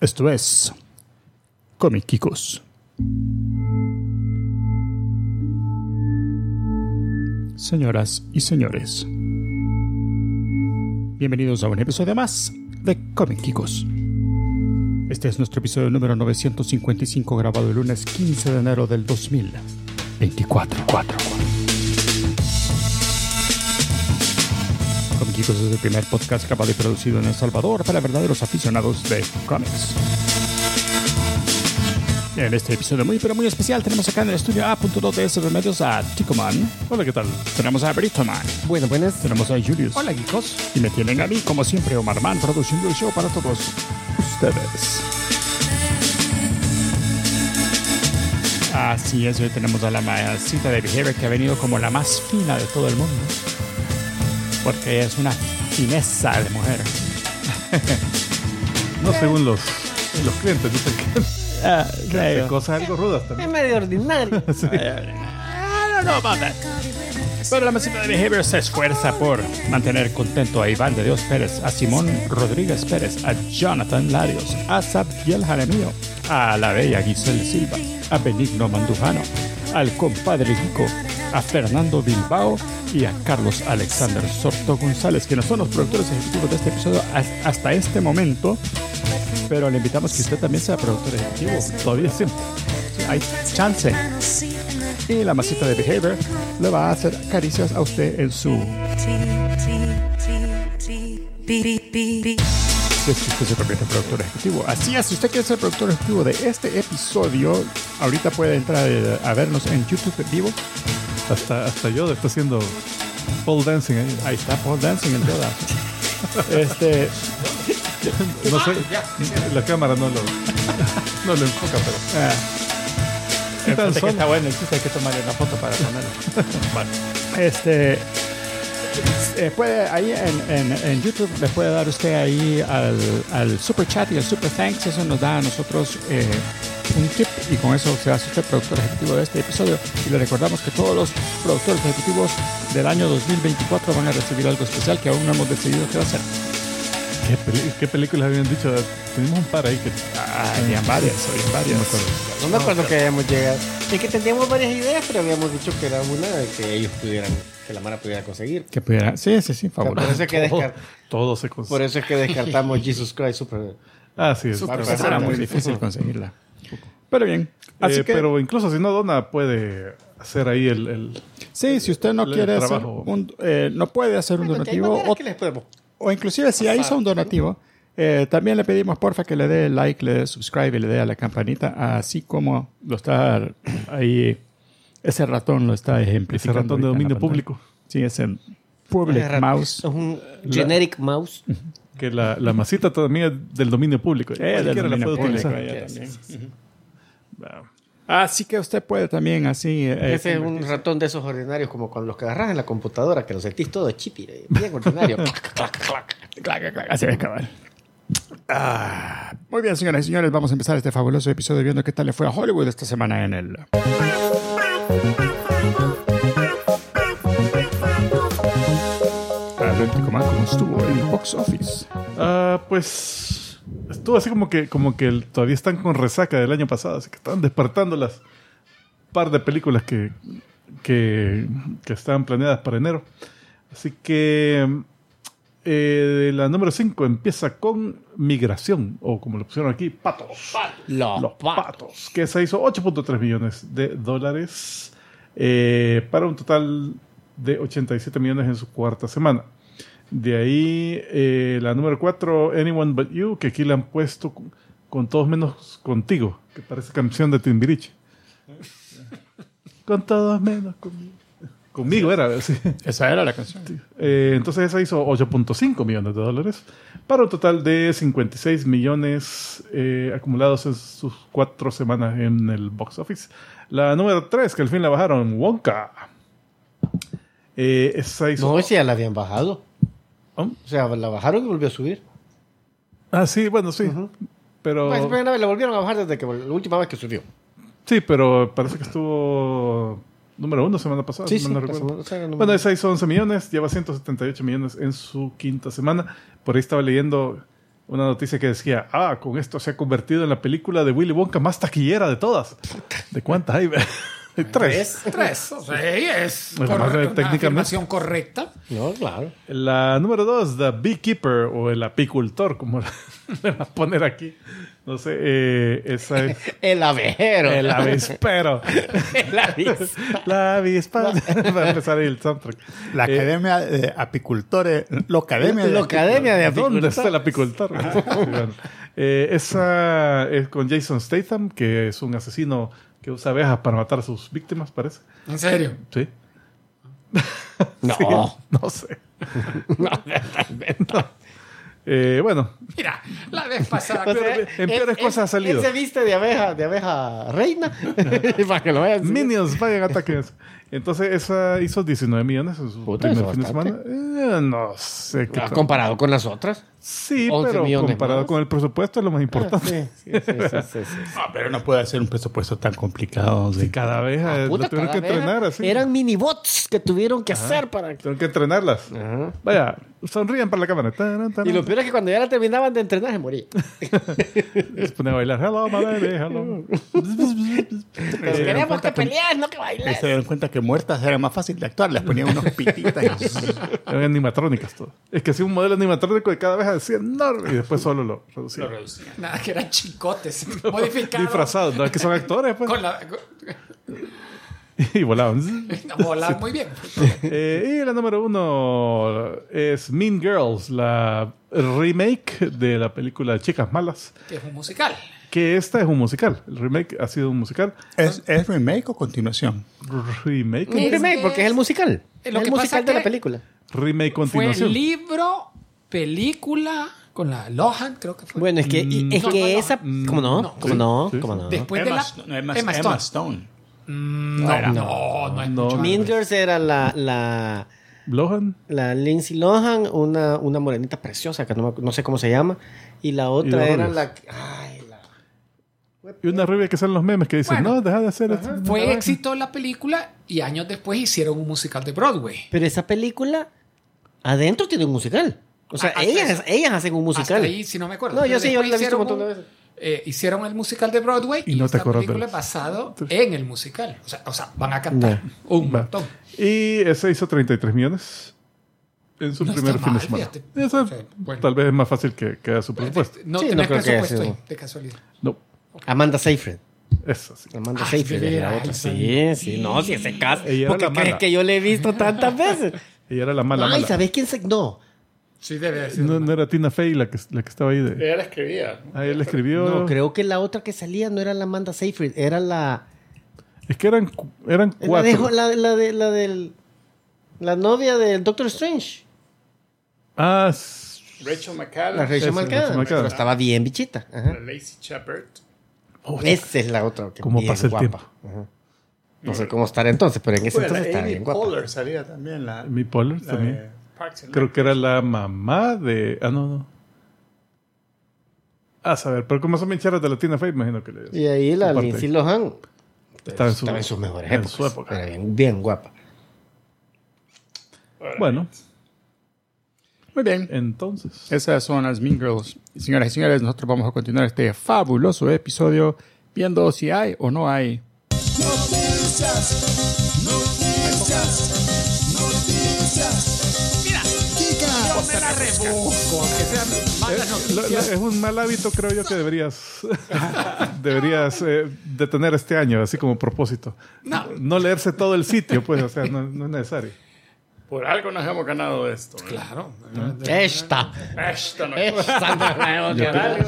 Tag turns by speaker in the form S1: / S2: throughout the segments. S1: Esto es Comiquicos. Señoras y señores, bienvenidos a un episodio más de Comiquicos. Este es nuestro episodio número 955 grabado el lunes 15 de enero del 2024. Comiquicos es el primer podcast grabado y producido en El Salvador para verdaderos aficionados de cómics. En este episodio muy, pero muy especial tenemos acá en el estudio A.2 de SB Medios a Ticoman. Hola, ¿qué tal? Tenemos a Britoman.
S2: Bueno, pues, buenas.
S1: Tenemos a Julius.
S2: Hola, chicos.
S1: Y me tienen a mí, como siempre, Omar Man, produciendo el show para todos ustedes. Así es, hoy tenemos a la maecita de Behavior que ha venido como la más fina de todo el mundo. Porque es una fineza de mujer.
S3: No, según los, los clientes, dicen que
S1: Ah,
S3: hay cosas algo rudas también.
S2: Es medio ordinario.
S1: I don't know about that. Pero la mesita de Behavior se esfuerza por mantener contento a Iván de Dios Pérez, a Simón Rodríguez Pérez, a Jonathan Larios, a Sabiel Jaramillo, a la bella Giselle Silva, a Benigno Mandujano, al compadre Rico, a Fernando Bilbao y a Carlos Alexander Sorto González, quienes son los productores ejecutivos de este episodio has- hasta este momento. Pero le invitamos que usted también sea productor ejecutivo. Todavía sí. Hay chance y la masita de Behavior le va a hacer caricias a usted en su... Si es que usted se convierte en productor ejecutivo. Así es, si usted quiere ser productor ejecutivo de este episodio, ahorita puede entrar eh, a vernos en YouTube en vivo.
S3: Hasta, hasta yo estoy haciendo pole dancing ahí.
S1: Ahí está Paul Dancing en todas. Este,
S3: No sé, la cámara no lo, no lo enfoca, pero
S1: El
S3: tan
S1: chiste que
S3: solo.
S1: está bueno, el chiste hay que tomarle una foto para ponerlo. Bueno, este. eh, puede, ahí en, en- en YouTube le puede dar usted ahí al, al super chat y al super thanks. Eso nos da a nosotros eh, un tip y con eso se hace usted productor ejecutivo de este episodio. Y le recordamos que todos los productores ejecutivos del año 2024 van a recibir algo especial que aún no hemos decidido qué va a ser.
S3: ah, ¿qué, peli- qué películas habían dicho? ah, Tenemos un par ahí que
S1: Hay varias, hay varias.
S2: No me acuerdo que habíamos llegado. Es que teníamos varias ideas, pero habíamos dicho que era una de que ellos pudieran, que la Mara pudiera conseguir.
S1: Que pudiera. Sí, sí, sí,
S2: O sea, por,
S1: fabuloso.
S2: eso es que
S3: todo,
S2: descar-
S3: todo se consigue.
S2: por eso es que descartamos Jesus Christ Super.
S3: Ah, sí, es.
S2: Super-
S3: Eh,
S1: Esa era muy difícil conseguirla. Pero bien, así que
S3: Pero incluso si no dona, puede hacer ahí el... el-
S1: sí, si usted no
S3: el
S1: quiere hacer
S3: trabajo.
S1: un, eh, no puede hacer un
S2: Porque hay
S1: donativo
S2: maneras
S1: o,
S2: que les podemos.
S1: o inclusive si ya hizo un donativo, eh, también le pedimos porfa que le dé like, le dé subscribe y le dé a la campanita, así como lo está ahí ese ratón lo está
S3: ese
S1: ejemplificando.
S3: ratón de
S1: ahorita en la
S3: dominio
S1: pantalla.
S3: público.
S1: Sí, ese public mouse.
S2: Es un generic mouse.
S3: Que la, la masita también es del dominio público.
S1: Eh, del
S3: Cualquiera la
S1: dominio
S3: puede
S1: público,
S3: utilizar.
S1: ella también.
S3: Ah,
S1: Así que usted puede también así. eh,
S2: Ese es un ratón de esos ordinarios, como cuando los que agarras en la computadora, que los sentís todo chipi, eh, bien ordinario.
S1: Clac, clac, Así es, cabal. Ah, muy bien, señoras y señores, vamos a empezar este fabuloso episodio viendo qué tal le fue a Hollywood esta semana en el... Atlético Man, ¿cómo estuvo el box office?
S3: Ah, pues estuvo así como que, como que el- todavía están con resaca del año pasado, así que están despertando las par de películas que, que, que estaban planeadas para enero. Así que eh, la número 5 empieza con Migración, o como lo pusieron aquí, Patos. Los Patos, que se hizo 8.3 millones de dólares eh, para un total de 87 millones en su cuarta semana. De ahí eh, la número 4, Anyone But You, que aquí la han puesto con, con todos menos contigo, que parece canción de Timbiriche. con todos menos conmigo. Conmigo era, sí.
S1: Esa era la canción.
S3: Eh, entonces esa hizo 8.5 millones de dólares para un total de 56 millones eh, acumulados en sus cuatro semanas en el box office. La número 3, que al fin la bajaron, Wonka. Eh, esa hizo...
S2: No, ese ya la habían bajado.
S3: ¿Oh?
S2: O sea, la bajaron y volvió a subir.
S3: Ah, sí, bueno, sí.
S2: Ujú.
S3: Pero...
S2: Pues, pero una vez la volvieron a bajar desde que vol- la última vez que subió.
S3: Sí, pero parece que estuvo número uno semana pasada. si mal no recuerdo. Bueno, esa hizo 11 millones, lleva 178 millones en su quinta semana. Por ahí estaba leyendo una noticia que decía, ah, con esto se ha convertido en la película de Willy Wonka más taquillera de todas. ¿De cuántas hay? Hay Tres.
S4: Tres. O sea, ahí es
S3: Bueno, más
S4: correcto, una
S3: técnicamente.
S4: afirmación correcta.
S2: No, claro.
S3: La número dos, The Beekeeper o el apicultor, como le vas a poner aquí. No sé, eh, esa es
S2: El abejero.
S3: el avispero.
S2: El avis.
S3: la avispa. Va a empezar el soundtrack.
S5: La
S3: Eh,
S5: Academia de Apicultores. La Academia de
S2: La academia de
S3: ¿Dónde
S2: apicultores.
S3: está el apicultor? Sí, bueno. Eh, esa es con Jason Statham, que es un asesino que usa abejas para matar a sus víctimas, parece.
S4: En serio.
S3: Sí.
S2: No.
S3: Sí, no sé. Eh, bueno,
S4: Mira, la vez pasada.
S3: O sea,
S4: creo que-
S3: en peores cosas ha salido.
S2: Él se viste de abeja, de abeja reina. para que lo vean. Ah,
S3: Minions, vayan ataques. Entonces, esa hizo 19 millones en su
S2: Puta,
S3: primer
S2: eso
S3: fin de semana.
S2: bastante.
S3: Eh, no sé qué
S2: Ah,
S3: tan-
S2: comparado con las otras.
S3: Sí,
S2: 11
S3: pero
S2: millones
S3: comparado
S2: más.
S3: con el presupuesto es lo más
S2: Ah,
S3: importante.
S2: sí, sí, sí, sí, sí, sí.
S5: Ah, pero no puede hacer un presupuesto tan complicado. de
S3: Cada vez eh, lo
S2: Ah, Puta,
S3: tuvieron que
S2: cada abeja
S3: entrenar así.
S2: Eran minibots que tuvieron que hacer para.
S3: Tuvieron que entrenarlas.
S2: Ajá.
S3: Vaya, sonrían para la cámara. Taran, taran.
S2: Y lo peor es que cuando ya la terminaban de entrenar, se moría.
S3: Se pone a bailar. Hello, my baby, hello.
S2: Pero
S3: Eh,
S2: queremos que pelees, no que
S5: Ahí
S2: bailes.
S5: se dieron cuenta que muertas era más fácil de actuar. Les ponían unos pititas.
S3: Eran animatrónicas todo. Es que hacía un modelo animatrónico de cada vez así enorme. Y después solo lo reducía.
S4: Nada, que eran chicotes. modificados.
S3: Disfrazados. No es que son actores, pues.
S4: Con la. con-
S3: Y volaban.
S4: volar muy bien.
S3: Eh, y la número uno es Mean Girls, la remake de la película Chicas Malas.
S4: Que es un musical.
S3: Que esta es un musical. El remake ha sido un musical.
S5: ¿Es, ¿Es remake o continuación?
S3: Remake.
S2: Un remake, porque es el musical.
S4: Eh,
S2: Es
S4: lo
S2: el
S4: que pasa
S2: musical de
S4: que-
S2: la película.
S3: Remake
S4: Fue
S3: continuación.
S4: libro, película, con la Lohan, creo que fue.
S2: Bueno, es que, y- es
S4: No,
S2: que
S4: no, no.
S2: esa. ¿Cómo no?
S4: no.
S2: ¿Cómo
S3: Sí,
S2: no?
S3: Mm. sí,
S2: ¿Cómo
S3: sí.
S2: no?
S4: después Pues de la.
S5: Emma,
S4: Emma
S5: Emma
S4: Stone.
S5: Stone.
S4: Mm, No,
S5: era.
S4: no, no, es
S3: No,
S4: mucho.
S3: no.
S2: Mean Girls era la, la,
S3: Lohan.
S2: la Lindsay Lohan, una, una morenita preciosa que no, me- no sé cómo se llama. Y la otra
S3: Y
S2: era
S3: Dolores.
S2: la. que- Ay, la.
S3: Y una rubia que salen los memes que dicen,
S4: Bueno.
S3: no, deja de hacer esto.
S4: Fue éxito la película y años después hicieron un musical de Broadway.
S2: Pero esa película adentro tiene un musical. O sea,
S4: Ah, hasta
S2: ellas,
S4: eso.
S2: ellas hacen un musical.
S4: Hasta ahí, si no me acuerdo.
S2: No, yo
S4: Pero
S2: sí, yo la
S4: después
S2: he visto
S4: hicieron
S2: un montón de veces.
S4: eh, hicieron el musical de Broadway
S3: Y
S4: y,
S3: no te
S4: esta
S3: acuerdas de
S4: película
S3: los-
S4: es basado en el musical. O sea, o sea, van a cantar un
S3: Va.
S4: montón.
S3: Y ese hizo 33 millones en su
S4: No
S3: primer
S4: está
S3: fin de
S4: mal,
S3: semana.
S4: fíjate.
S3: Eso
S4: O sea, bueno.
S3: tal vez es más fácil que, que a su presupuesto.
S4: No
S2: Sí, no
S4: tenés
S2: creo que haya
S4: presupuesto
S2: sido-
S4: ahí, de casualidad.
S3: No,
S2: Amanda Seyfried.
S3: eso sí.
S2: Amanda
S4: Ah, Ay,
S2: Seyfried
S4: de
S2: es la
S4: veras,
S2: otra.
S4: Sandra.
S2: Sí, sí, no, si ese caso.
S3: Ella era
S2: Porque
S3: la
S2: crees
S3: mala.
S2: que yo le he visto tantas veces.
S3: Ella era la mala.
S2: Ay,
S3: mala.
S2: ¿sabes quién se.? No.
S4: Sí, debe haber sido
S3: No,
S4: mal.
S3: no era Tina Fey la que, la que estaba ahí. De,
S5: Ella la escribía.
S3: a él escribió.
S2: No, creo que la otra que salía no era la Amanda Seyfried, era la.
S3: Es que eran, cu- eran
S2: La de,
S3: cuatro.
S2: la, la de, la del. La novia del Doctor Strange.
S3: Ah, s-
S5: Rachel
S2: La
S5: McAdams.
S2: Rachel
S3: Esa, Rachel
S2: Marcada.
S3: McAdams.
S2: Pero estaba bien bichita. Ajá.
S5: Lacey Shepard.
S2: Esa es la otra. que
S3: ¿Cómo
S2: bien
S3: pasa el
S2: guapa.
S3: tiempo?
S2: Ajá. No sé cómo estará entonces, pero en ese
S5: Bueno,
S2: entonces estaba
S5: Amy
S2: bien guapa.
S5: Poehler salía también. La,
S3: mi Pollard
S5: la de
S3: también.
S5: Parks and
S3: Creo
S5: Rec.
S3: que era la mamá de. Ah, no, no. A saber, pero como son bien charras de la Tina Fey, imagino que le
S2: Y ahí la
S3: Aparte.
S2: Lindsay Lohan
S3: estaba en su-
S2: estaba en sus mejores
S3: en
S2: épocas.
S3: su época.
S2: Era bien, bien guapa.
S3: Bueno,
S5: Muy bien.
S3: entonces.
S5: Esas son las Mean Girls. Y Señoras y señores, nosotros vamos a continuar este fabuloso episodio viendo si hay o no hay.
S4: Yo me la rebusco, que sean malas
S3: Lo- lo-
S4: noticias.
S3: es un mal hábito, creo yo, que deberías deberías eh, detener este año, así como propósito.
S4: No.
S3: leerse todo el sitio, pues, o sea, no, no es necesario.
S5: Por algo nos hemos ganado esto.
S4: Claro.
S2: Esta.
S5: Esta no
S2: Esta no la hemos ganado.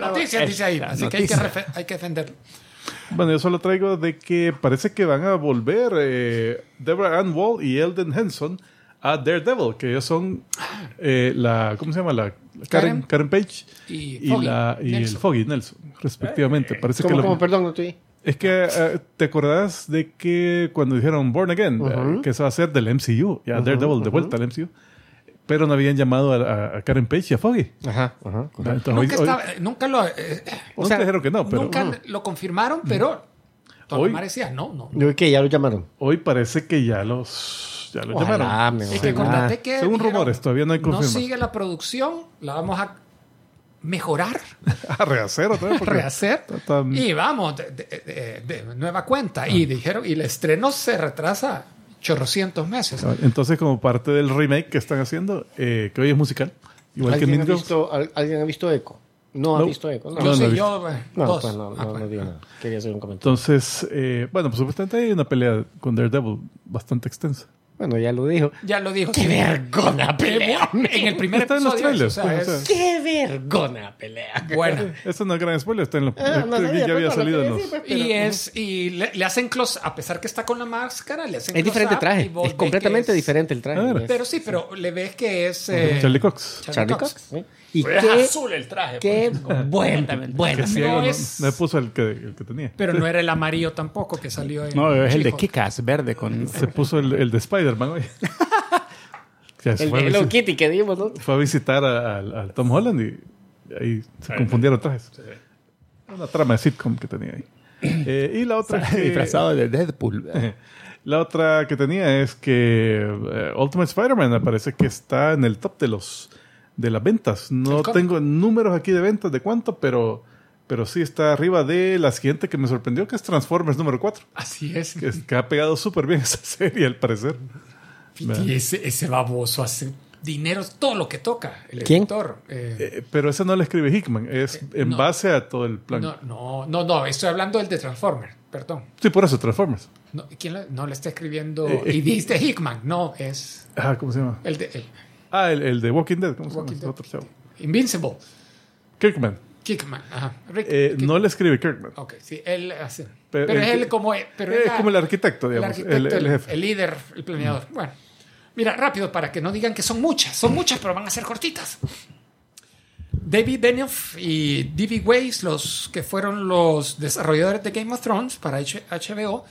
S4: Noticias dice ahí, así que hay que, refe- hay que defenderlo.
S3: Bueno, yo solo traigo de que parece que van a volver eh, Deborah Ann Wall y Elden Henson a Daredevil, que ellos son eh, la, ¿cómo se llama? La, la Karen,
S4: Karen.
S3: Karen Page
S4: Y
S3: y,
S4: Foggy
S3: la, y el
S4: Nelson. Eh,
S3: Foggy Nelson, respectivamente. Parece que
S2: ¿Cómo,
S3: lo-
S2: cómo? Perdón, no estoy.
S3: Es que eh, te acordás de que cuando dijeron Born Again, eh, que eso va a ser del MCU, ya Daredevil de vuelta al MCU, pero no habían llamado a, a- a Karen Page y a Foggy.
S2: Ajá, ajá.
S3: Entonces, hoy-
S4: Nunca,
S3: hoy-
S4: estaba- eh, nunca lo, eh,
S3: nunca
S2: sea,
S3: dijeron que no, pero
S4: nunca lo confirmaron, pero
S3: Hoy-
S4: Tomás decía, no, no.
S2: Yo que ya lo llamaron.
S3: hoy parece que ya los, ya los
S2: Ojalá,
S3: llamaron. Ah,
S2: me
S4: Es que
S2: ojalá.
S4: acordate que
S3: Según
S4: dijeron,
S3: rumores, todavía no hay
S4: no
S3: confirmación.
S4: sigue la producción, la vamos a mejorar,
S3: A rehacer otra vez. porque
S4: rehacer.
S3: está tan- Ah.
S4: Y vamos, de, de- de- de nueva cuenta. Y dijeron, y el estreno se retrasa chorrocientos meses.
S3: Entonces, como parte del remake que están haciendo, eh, que hoy es musical, igual que
S2: ¿Alguien, ha
S3: Mean Girls,
S2: visto, al- ¿Alguien ha visto Echo? No, ha
S3: No.
S2: visto Echo. No,
S4: yo
S3: no
S4: sé,
S3: lo he
S4: yo, eh,
S2: No,
S4: dos.
S2: pues no, no,
S4: Ah,
S2: no
S4: pues.
S2: digo nada. Quería hacer un comentario.
S3: Entonces, eh, bueno, pues supuestamente hay una pelea con Daredevil bastante extensa.
S2: Bueno, ya lo dijo.
S4: Ya lo dijo.
S2: ¡Qué
S4: sí.
S2: vergona pelea!
S4: En el primer
S3: Está en los
S4: episodio.
S3: trailers,
S4: o sea,
S3: pues, o
S4: es
S2: ¡Qué vergona pelea!
S4: buena.
S3: Eso no es gran spoiler, está en los.
S2: Ah, no
S3: creo que
S2: sabía,
S3: ya había
S2: pues, no lo
S3: salido en
S2: quería
S3: los.
S2: decir, pues, pero-
S4: Y es, y le, le hacen close, a pesar que está con la máscara, le hacen
S2: Es
S4: close
S2: diferente
S4: up y
S2: traje.
S4: vos
S2: Es
S4: ves
S2: completamente
S4: que es-
S2: diferente el traje.
S3: A ver.
S2: Es
S4: Pero sí, pero le ves que es. eh,
S3: Charlie Cox.
S2: Charlie Cox. ¿sí? Y
S1: Pues
S2: qué,
S1: es azul el traje.
S2: qué
S1: pues.
S2: buen, buen.
S3: Que ciego, no,
S4: es-
S3: no le puso el que, el que tenía.
S4: Pero no era el amarillo tampoco que salió en.
S5: No, es el de
S4: She-Hulk.
S5: Kikas, verde con.
S3: Se puso el, el de Spider-Man hoy. Ya, se
S2: El
S3: fue, a
S2: de Hello
S3: visi-
S2: Kitty que dimos, ¿no?
S3: fue a visitar a- al- al Tom Holland y ahí se confundieron trajes. Una trama de sitcom que tenía ahí. Eh, y la otra.
S5: Sale
S3: que-
S5: disfrazado de Deadpool.
S3: La otra que tenía es que eh, Ultimate Spider-Man me parece que está en el top de los de las ventas. No
S4: El cómic.
S3: tengo números aquí de ventas de cuánto, pero, pero sí está arriba de la siguiente que me sorprendió, que es Transformers número 4,
S4: Así es.
S3: que, es- que ha pegado súper bien esa serie al parecer.
S4: Y ese, ese baboso hace dinero, es todo lo que toca. El
S2: ¿Quién?
S4: escritor. eh,
S3: Eh, pero esa no la escribe Hickman, es en
S4: no.
S3: base a todo el plan.
S4: no, no, no, no, estoy hablando del de Transformer, perdón.
S3: Sí, por eso Transformers.
S4: No, ¿quién la- no le está escribiendo?
S3: Eh, eh.
S4: y dijiste Hickman, no, es
S3: Ah, ¿cómo se llama?
S4: el de el
S3: Ah, el, el de Walking Dead, ¿cómo se
S4: Walking
S3: llama?
S4: Dead.
S3: Otro chavo.
S4: Invincible.
S3: Kirkman.
S4: Kickman, ajá. Rick-
S3: Eh,
S4: Kick-
S3: no la escribe Kirkman.
S4: Ok, sí, él hace.
S3: Pero
S4: Pero,
S3: el
S4: es
S3: que-
S4: él como. Oh, e, Pero
S3: Eh,
S4: él la-
S3: como el arquitecto, digamos.
S4: el, arquitecto,
S3: el-
S4: el-
S3: el jefe. Mm.
S4: el líder, el planeador. Bueno, mira, rápido para que no digan que son muchas. Son muchas, pero van a ser cortitas. David Benioff y D.B. Weiss, los que fueron los desarrolladores de Game of Thrones para H- HBO,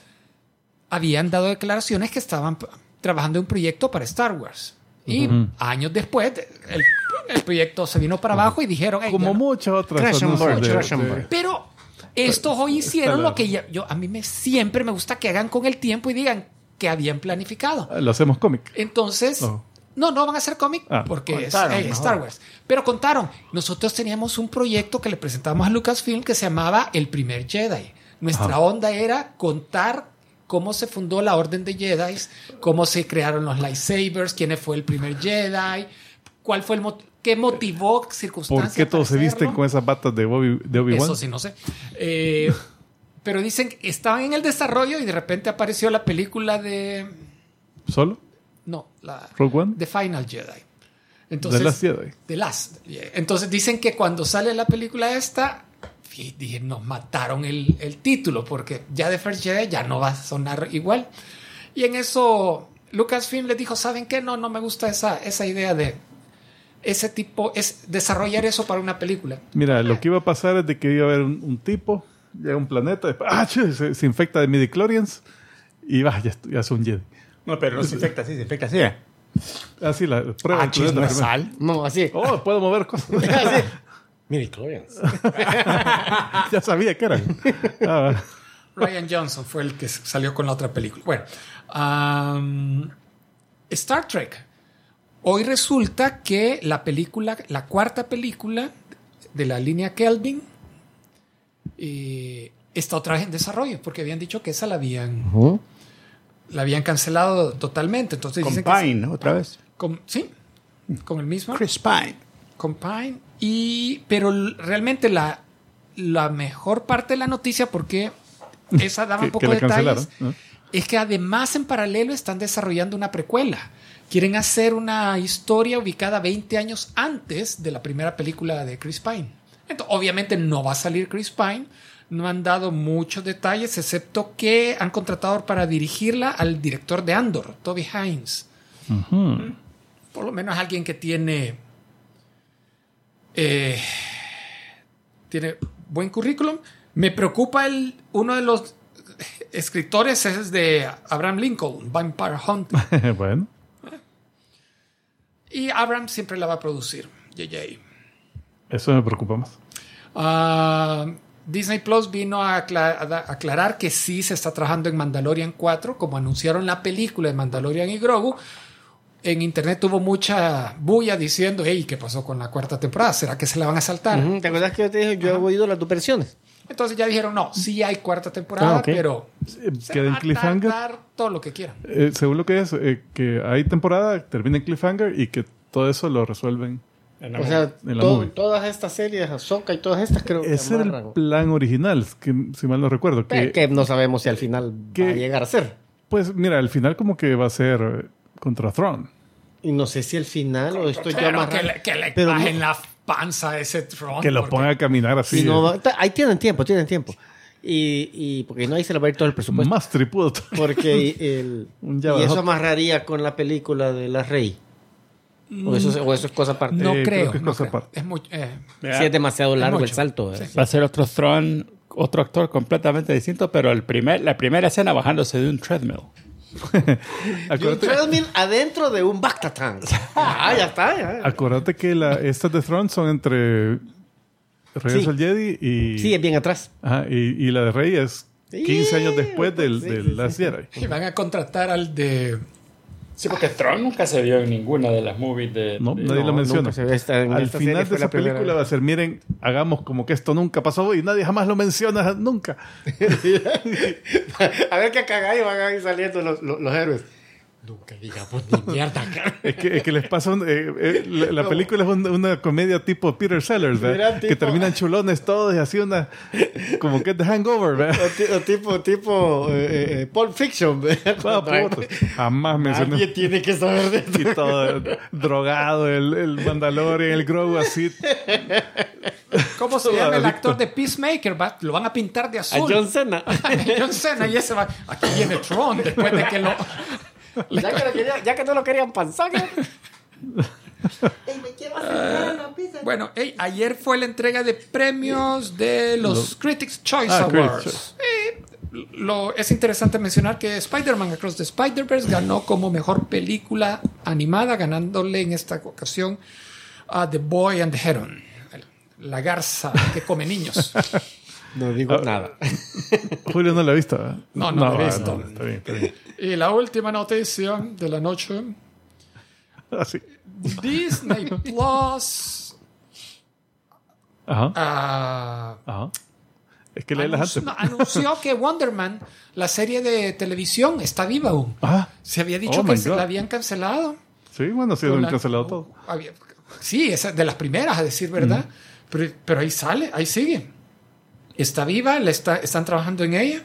S4: habían dado declaraciones que estaban p- trabajando en un proyecto para Star Wars. Y años después, el, el proyecto se vino para abajo y dijeron... "Ey, ya
S3: Como
S4: no".
S3: muchas otras
S2: Crash and
S3: anuncios
S2: burn,
S3: de- este,
S2: crash and
S3: de-
S2: burn.
S4: Pero estos hoy hicieron lo que ya- yo a mí me siempre me gusta que hagan con el tiempo y digan que habían planificado.
S3: Ah, Lo hacemos cómic.
S4: Entonces,
S3: No.
S4: no, no, van a hacer cómic
S3: Ah.
S4: porque es
S5: Contaron,
S4: eh,
S5: mejor.
S4: Star Wars. Pero contaron, nosotros teníamos un proyecto que le presentamos a Lucasfilm que se llamaba El primer Jedi. Nuestra onda era contar cómo se fundó la Orden de Jedi, cómo se crearon los lightsabers, quién fue el primer Jedi, cuál fue el mot- qué motivó circunstancias.
S3: ¿Por qué todos se
S4: para
S3: visten
S4: hacerlo.
S3: con esas batas de Obi- de Obi-Wan?
S4: Eso sí, no sé. Eh, pero dicen que estaban en el desarrollo y de repente apareció la película de.
S3: ¿Solo?
S4: No, la.
S3: ¿Rogue One?
S4: The Final Jedi. Entonces,
S3: De las Jedi.
S4: The Last. Entonces dicen que cuando sale la película esta. y Dije, nos mataron el, el título porque ya The First Jedi ya no va a sonar igual. Y en eso Lucasfilm les dijo, ¿saben qué? No, no me gusta esa, esa idea de ese tipo, es desarrollar eso para una película.
S3: Mira, lo que iba a pasar es de que iba a haber un, un tipo, llega a un planeta, después, ¡ah, che! se, se infecta de midichlorians y va, ya, est- ya es un Jedi.
S5: No, pero no se infecta así, se infecta así.
S3: Así la prueba.
S5: Ah, chis, no
S3: incluyendo la
S5: es
S3: primera.
S5: Ah, sal.
S2: No, así.
S3: Oh, puedo mover cosas.
S2: Así. Mire, Clorians.
S3: ya sabía que eran. Ah, va.
S4: Ryan Johnson fue el que salió con la otra película. Bueno, am, Star Trek. Hoy resulta que la película, la cuarta película de la línea Kelvin, eh, está otra vez en desarrollo, porque habían dicho que esa la habían, la habían cancelado totalmente. Entonces
S5: Con
S4: dicen
S5: Pine, ¿no? Otra vez.
S4: que con, sí,
S3: Mm.
S4: con el mismo
S5: Chris Pine.
S4: con Pine. Y, pero l- realmente la, la mejor parte de la noticia, porque esa daba
S3: Que-
S4: un poco
S3: que la
S4: de detalles,
S3: cancelaron, ¿no?
S4: es que además en paralelo están desarrollando una precuela. Quieren hacer una historia ubicada 20 años antes de la primera película de Chris Pine. Entonces, obviamente no va a salir Chris Pine. No han dado muchos detalles, excepto que han contratado para dirigirla al director de Andor, Toby Hines por lo menos alguien que tiene eh, tiene buen currículum me preocupa el uno de los escritores es de Abraham Lincoln Vampire Hunt
S3: bueno,
S4: y Abraham siempre la va a producir JJ
S3: eso me preocupa más.
S4: Ah, Disney Plus vino a, acla- a da- aclarar que sí se está trabajando en Mandalorian 4, como anunciaron la película de Mandalorian y Grogu. en internet tuvo mucha bulla diciendo, hey, ¿qué pasó con la cuarta temporada? ¿Será que se la van a saltar?
S2: Ujú, ¿Te acuerdas que yo te dije, yo he oído las dos versiones?
S4: Entonces ya dijeron, no, sí hay cuarta temporada,
S2: Ah, ok.
S4: pero
S3: Eh,
S4: se
S3: Queda en
S4: va a
S3: cliffhanger.
S4: tardar todo lo que quieran.
S3: Eh, según lo que es, eh, que hay temporada, termina en cliffhanger y que todo eso lo resuelven.
S2: O sea,
S3: En la
S2: to-
S3: movie.
S2: todas estas series, Ahsoka y todas estas creo que
S3: Ese era el
S2: amarran.
S3: plan original, que, si mal no recuerdo.
S2: Pe-
S3: Que,
S2: que, no sabemos si al final va
S3: que-
S2: a llegar a ser.
S3: Pues mira, al final como que va a ser eh, contra Throne.
S2: Y no sé si al final o estoy yo
S4: Pero que
S2: amarrado.
S4: le, que le
S2: Pero no-
S4: bajen la panza a ese Tron.
S3: Que lo
S4: porque-
S3: ponga a caminar así.
S2: Ah, Si no
S3: eh,
S2: va- ta- ahí tienen tiempo, tienen tiempo. Y, y porque no ahí se le va a ir todo el presupuesto.
S3: más tripudo.
S2: Mm. Porque el,
S3: Un
S2: y eso
S3: llavador.
S2: amarraría con la película de la Rey. O eso, es- o eso es cosa aparte.
S4: No
S3: Eh, creo
S4: creo.
S3: que es
S4: no
S3: cosa
S4: creo.
S3: aparte.
S4: Es muy- eh,
S2: Si es demasiado largo el
S4: mucho.
S2: salto. ¿verdad?
S4: Sí.
S5: Va a ser otro Throne, otro actor completamente distinto, pero el primer, la primera escena bajándose de un treadmill.
S2: Y un
S3: Acuérdate,
S2: treadmill adentro de un Bactatán. ah, ya está. ya.
S3: acuérdate que la- estas de Throne son entre Regreso
S2: Sí.
S3: al Jedi y,
S2: Sí, es bien atrás.
S3: Ajá, y, y la de Rey es
S2: Sí,
S3: 15 años después del,
S2: sí,
S3: del
S2: sí,
S3: Last Jedi.
S4: y pues van a contratar al de.
S5: Sí, porque Tron nunca se vio en ninguna de las movies de.
S3: No,
S5: de-
S3: nadie lo menciona.
S2: Eh, nunca se ve esta- en
S3: Al
S2: esta
S3: final
S2: serie
S3: de
S2: fue
S3: esa
S2: la primera
S3: película va a ser, miren, hagamos como que esto nunca pasó y nadie jamás lo menciona nunca.
S2: a ver qué cagáis van a ir saliendo los, los- los héroes.
S4: Nunca digamos ni mierda. cara.
S3: Es que, es que les pasa, un- eh, eh, la, la película es un- una comedia tipo Peter Sellers, ¿verdad?
S2: Mira, tipo-
S3: que terminan chulones todos y así una, como que es The Hangover, ¿verdad?
S2: O, ti- o tipo, tipo eh, eh, Pulp Fiction. ¿verdad?
S3: Ah,
S2: Cuando hay-
S3: putas. jamás mencioné.
S2: Nadie tiene que saber de esto.
S3: Y todo drogado, el, el Mandalorian, el Grogu así.
S4: ¿Cómo se llama el
S3: Adicto.
S4: actor de Peacemaker? Va- lo van a pintar de
S2: A
S4: azul.
S2: John Cena.
S4: John Cena y ese va. Aquí viene Tron después de que lo.
S2: ya, que lo quería- ya que no lo querían ¿eh? panzar.
S4: Ah, Bueno, hey, ayer fue la entrega de premios de los Critics Choice
S3: Ah,
S4: Awards.
S3: Critics
S4: Eh, lo, es interesante mencionar que Spider-Man Across the Spider-Verse ganó como mejor película animada, ganándole en esta ocasión a The Boy and the Heron, el- la garza que come niños.
S2: No
S3: Ah.
S2: digo nada.
S3: Julio no lo ha visto, ¿verdad?
S4: No, no lo he
S3: ah,
S4: visto.
S3: está bien, está bien.
S4: Y la última noticia de la noche,
S3: Así.
S4: Disney Plus.
S3: Ajá.
S4: ah,
S3: Ajá. Es que leí las
S4: anunció,
S3: antes.
S4: no, anunció que Wonder Man, la serie de televisión, está viva aún.
S3: Ah,
S4: Se había dicho
S3: Oh
S4: que
S3: my
S4: se
S3: God.
S4: la habían cancelado.
S3: sí, bueno, sí, lo
S4: Con
S3: han
S4: la- Oh,
S3: cancelado todo.
S4: Había- sí, esa de las primeras, a decir verdad.
S3: Mm.
S4: Pero, pero ahí sale, ahí sigue. Está viva, la está, están trabajando en ella.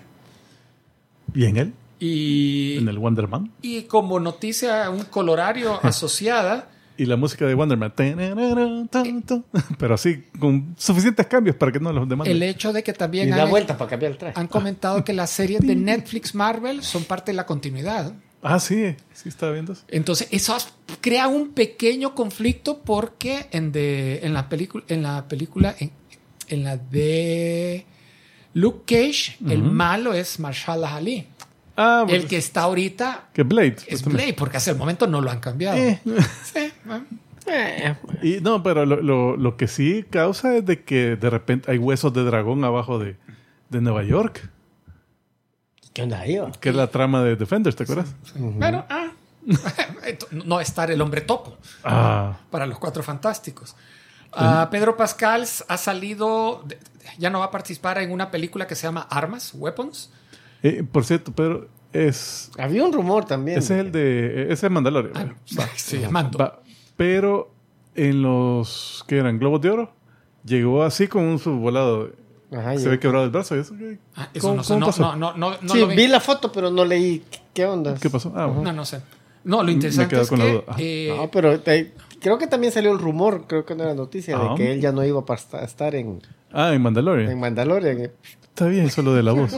S3: ¿Y en él?
S4: Y,
S3: En el Wonderman.
S4: y como noticia, un colorario asociada.
S3: Y la música de Wonderman. Tararara, tan, tan. Pero así, con suficientes cambios para que no los demanden.
S4: El E. hecho de que
S2: Y
S4: también
S2: da
S4: han,
S2: vuelta para cambiar el traje.
S4: han comentado que las series de Netflix Marvel son parte de la continuidad.
S3: Ah, sí, sí estaba viendo eso.
S4: Entonces, eso as- crea un pequeño conflicto porque en, de, en la película, en la película, en, en la de Luke Cage, el malo es Marshall Ali.
S3: Ah,
S4: El
S3: bueno,
S4: que está ahorita
S3: que Blade.
S4: es
S3: justamente.
S4: Blade, porque hasta el momento no lo han cambiado.
S3: Eh.
S4: Sí, bueno. Eh, pues.
S3: Y no, pero lo, lo- lo que sí causa es de que de repente hay huesos de dragón abajo de, de Nueva York,
S2: ¿Qué onda ahí? va?
S3: que es la trama de Defenders, ¿te acuerdas?
S4: Bueno, ah. Ento- no estar el hombre topo
S3: Ah,
S4: para los cuatro fantásticos. Ah, Pedro Pascal ha salido, de- ya no va a participar en una película que se llama Armas, Weapons.
S3: eh, por cierto, pero es
S2: Había un rumor también.
S3: ese es el de ese es Mandalorian.
S4: Ah,
S3: ¿verdad?
S4: se llamando.
S3: Va, pero en los que eran Globos de Oro llegó así con un subvolado,
S2: Ajá,
S3: se
S2: Ah, ya.
S3: ve quebrado el brazo. ¿y eso qué,
S4: Ah, eso
S3: ¿Cómo-
S4: no sé.
S3: cómo
S4: No,
S3: pasó?
S4: no, no, no, no
S2: sí,
S4: lo
S2: vi.
S4: vi.
S2: la foto, pero no leí qué- qué onda.
S3: ¿Qué pasó? Ah, bueno.
S4: No, no sé. No, lo
S3: Me
S4: interesante
S3: quedo
S4: es
S3: con la
S4: que
S3: duda. Ah.
S4: eh,
S2: No, pero te- creo que también salió el rumor, creo que no era noticia,
S3: Ah.
S2: de que él ya no iba a past- a estar en,
S3: Ah, en Mandalorian.
S2: en Mandalorian.
S3: Está bien, solo de la voz.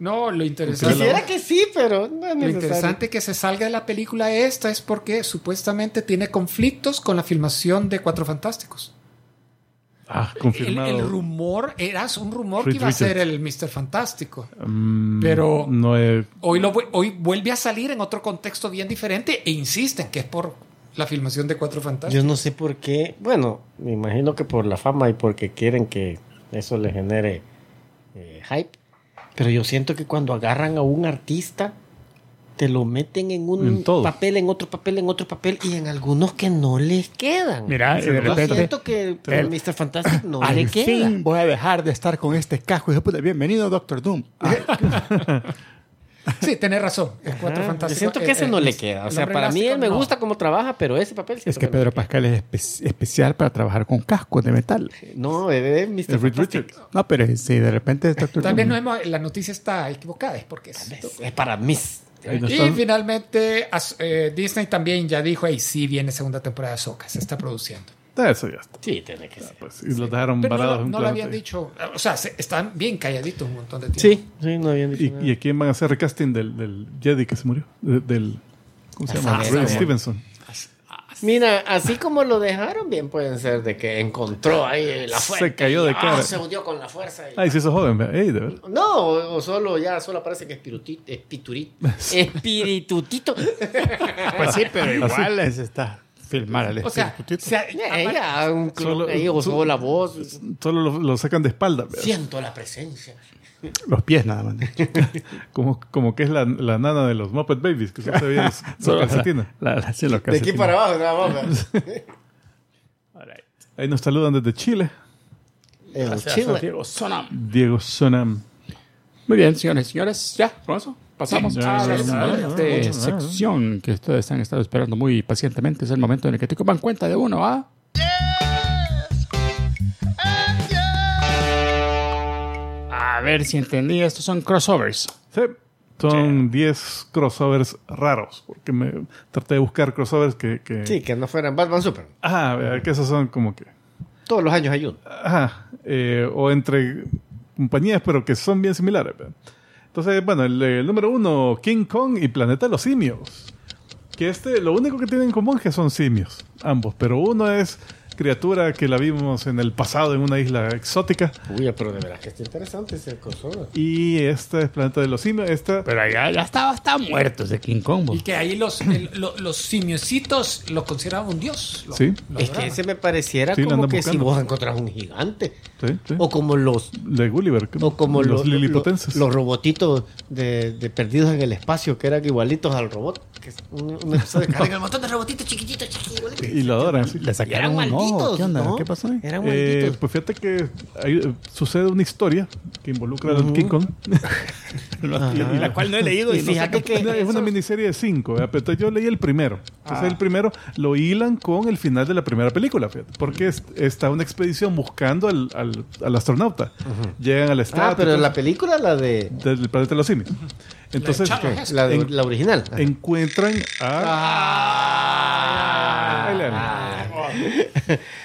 S4: no, lo interesante.
S2: Quisiera que sí, pero no es
S4: Lo
S2: necesario.
S4: interesante que se salga de la película esta es porque supuestamente tiene conflictos con la filmación de Cuatro Fantásticos.
S3: Ah,
S4: El,
S3: confirmado.
S4: el rumor era un rumor
S3: Reed
S4: que iba a ser
S3: Richards.
S4: el Mr. Fantástico.
S3: Mm,
S4: pero-
S3: no es
S4: Hoy, lo, vu- hoy vuelve a salir en otro contexto bien diferente e insisten que es por la filmación de Cuatro Fantásticos.
S2: Yo no sé por qué. Bueno, me imagino que por la fama y porque quieren que eso le genere eh, hype. Pero yo siento que cuando agarran a un artista, te lo meten en un
S3: En todo.
S2: papel, en otro papel, en otro papel y en algunos que no les quedan.
S1: Mira,
S3: Sí,
S1: de
S3: ¿verdad?
S2: Yo
S1: repente.
S2: siento que
S1: el-
S2: el Mr. Fantastic no le
S5: Al
S2: queda.
S5: fin voy a dejar de estar con este casco. hijo de puta. Bienvenido, Doctor Doom.
S4: Sí, tenés razón. El
S2: Ajá,
S4: Cuatro
S2: yo
S4: Fantásticos,
S2: siento
S4: eh,
S2: que ese
S4: eh,
S2: no le
S4: es-
S2: queda. O
S4: el
S2: sea,
S4: hombre
S2: para mí él
S4: elástico,
S2: me
S4: no.
S2: gusta cómo trabaja, pero ese papel
S5: Es
S2: siento
S5: que
S2: no
S5: Pedro
S2: le queda.
S5: Pascal es espe- especial para trabajar con cascos de metal.
S2: No, es Mr.
S3: El Reed
S2: Fantastic.
S3: Richards.
S5: No, pero si de repente es Doctor
S4: Tal vez
S5: Doom.
S4: no hemos- la noticia está equivocada, es porque es-
S2: Es, es para mis.
S3: Ahí no
S4: Y
S3: están-
S4: finalmente as- eh, Disney también ya dijo, hey, sí viene segunda temporada de Soca, se está produciendo.
S3: Ah, Eso ya está.
S2: Sí, tiene que ser.
S3: Pues, y los dejaron
S4: Pero no,
S3: varados
S4: lo-
S3: en
S4: no lo
S3: plan-
S4: habían dicho, o sea, se- están bien calladitos un montón de tiempo.
S2: Sí, sí, no habían dicho
S3: ¿Y, ¿Y a quién van a hacer recasting del, del Jedi que se murió? De- del, ¿Cómo se llama?
S2: Ah,
S3: Ray
S2: sí.
S3: Stevenson.
S2: Mira, así como lo dejaron, bien pueden ser de que encontró ahí la
S3: Se
S2: fuerza.
S3: cayó de
S2: y, ah,
S3: cara.
S2: se hundió con la fuerza. y-
S3: Ah, y si eso joven, vea. Ey, de verdad.
S2: No, o o solo ya, solo parece que espiritito. Espiritutito.
S5: Pues sí, pero igual es está filmar al
S4: O sea,
S5: espíritu.
S4: se ha- apare-
S2: Ella, un clon
S3: Solo-
S2: ahí, o solo la voz.
S3: Solo lo, lo sacan de espalda. vea.
S2: Siento la presencia.
S5: Los pies nada más.
S3: Como, como que es la, la nana de los Muppet Babies, que solo se veía los, los calcetines.
S5: La, la- sí, los
S2: De aquí
S5: calcetines.
S2: para abajo, nada más.
S3: Ahí nos saludan desde Chile.
S2: El
S5: Gracias,
S2: chile.
S5: Diego Sonam.
S3: Diego Sonam.
S5: Muy bien, señores y señores, ya, con eso pasamos
S3: Sí.
S5: a la
S3: Sí.
S5: siguiente
S3: Sí.
S5: sección que ustedes han estado esperando muy pacientemente. Es el momento en el que te coman cuenta de uno ¿ah? a A ver si entendí, estos son crossovers.
S3: Sí. Son 10 crossovers raros, porque me traté de buscar crossovers que... que...
S2: Sí, que no fueran Batman Super.
S3: Ah, vea, que esos son como que...
S2: Todos los años hay uno.
S3: Ajá, eh, o entre compañías, pero que son bien similares. ¿verdad? Entonces, bueno, el, eh, número uno, King Kong y Planeta de los Simios. Que este, lo único que tienen en común es que son simios, ambos. Pero uno es criatura que la vimos en el pasado en una isla exótica.
S2: Uy, pero de verdad que está interesante ese consola.
S3: Y esta es Planeta de los Simios. Esta,
S5: Pero allá ya estaba, está muerto ese King Kong. bo.
S4: Y que ahí los, el- lo- los simiositos lo consideraban un dios. Lo-
S3: Sí.
S4: lo
S2: Es que
S4: adoraban.
S2: ese me pareciera
S3: Sí, lo
S2: como
S3: andan
S2: que si
S3: buscando.
S2: vos encontrás un gigante.
S3: sí, sí.
S2: O como los
S3: de Gulliver. que-
S2: O como
S3: los,
S2: los,
S3: lilipotenses.
S2: Los, los robotitos de, de perdidos en el espacio, que eran igualitos al robot. Que es un, un episodio que cargan un montón de robotitos chiquititos, chiqui- igualitos.
S3: y lo adoran. sí.
S5: Le
S2: Y eran
S5: sacaron un ojo.
S2: malditos.
S5: ¿Qué onda?
S2: ¿no?
S5: ¿Qué pasó ahí?
S2: Eran
S3: Eh,
S2: malditos.
S3: pues fíjate que ahí, eh, sucede una historia que involucra al King Kong.
S5: Y la cual no he leído.
S2: y
S5: y no sé
S2: fíjate
S5: qué-
S2: que.
S3: Una- es una
S2: esos-
S3: miniserie de cinco, ¿verdad? pero entonces yo leí el primero. Entonces
S2: Ah.
S3: el primero lo hilan con el final de la primera película, fíjate, porque es- está una expedición buscando al, al- al astronauta. Llegan al estatua
S2: Ah, pero la película, la de.
S3: del planeta de los simios. Entonces
S4: La de Charles.
S2: La, de-
S3: en-
S2: la original. Ah.
S3: encuentran a... Ah, Ahí le dan.
S2: Ah.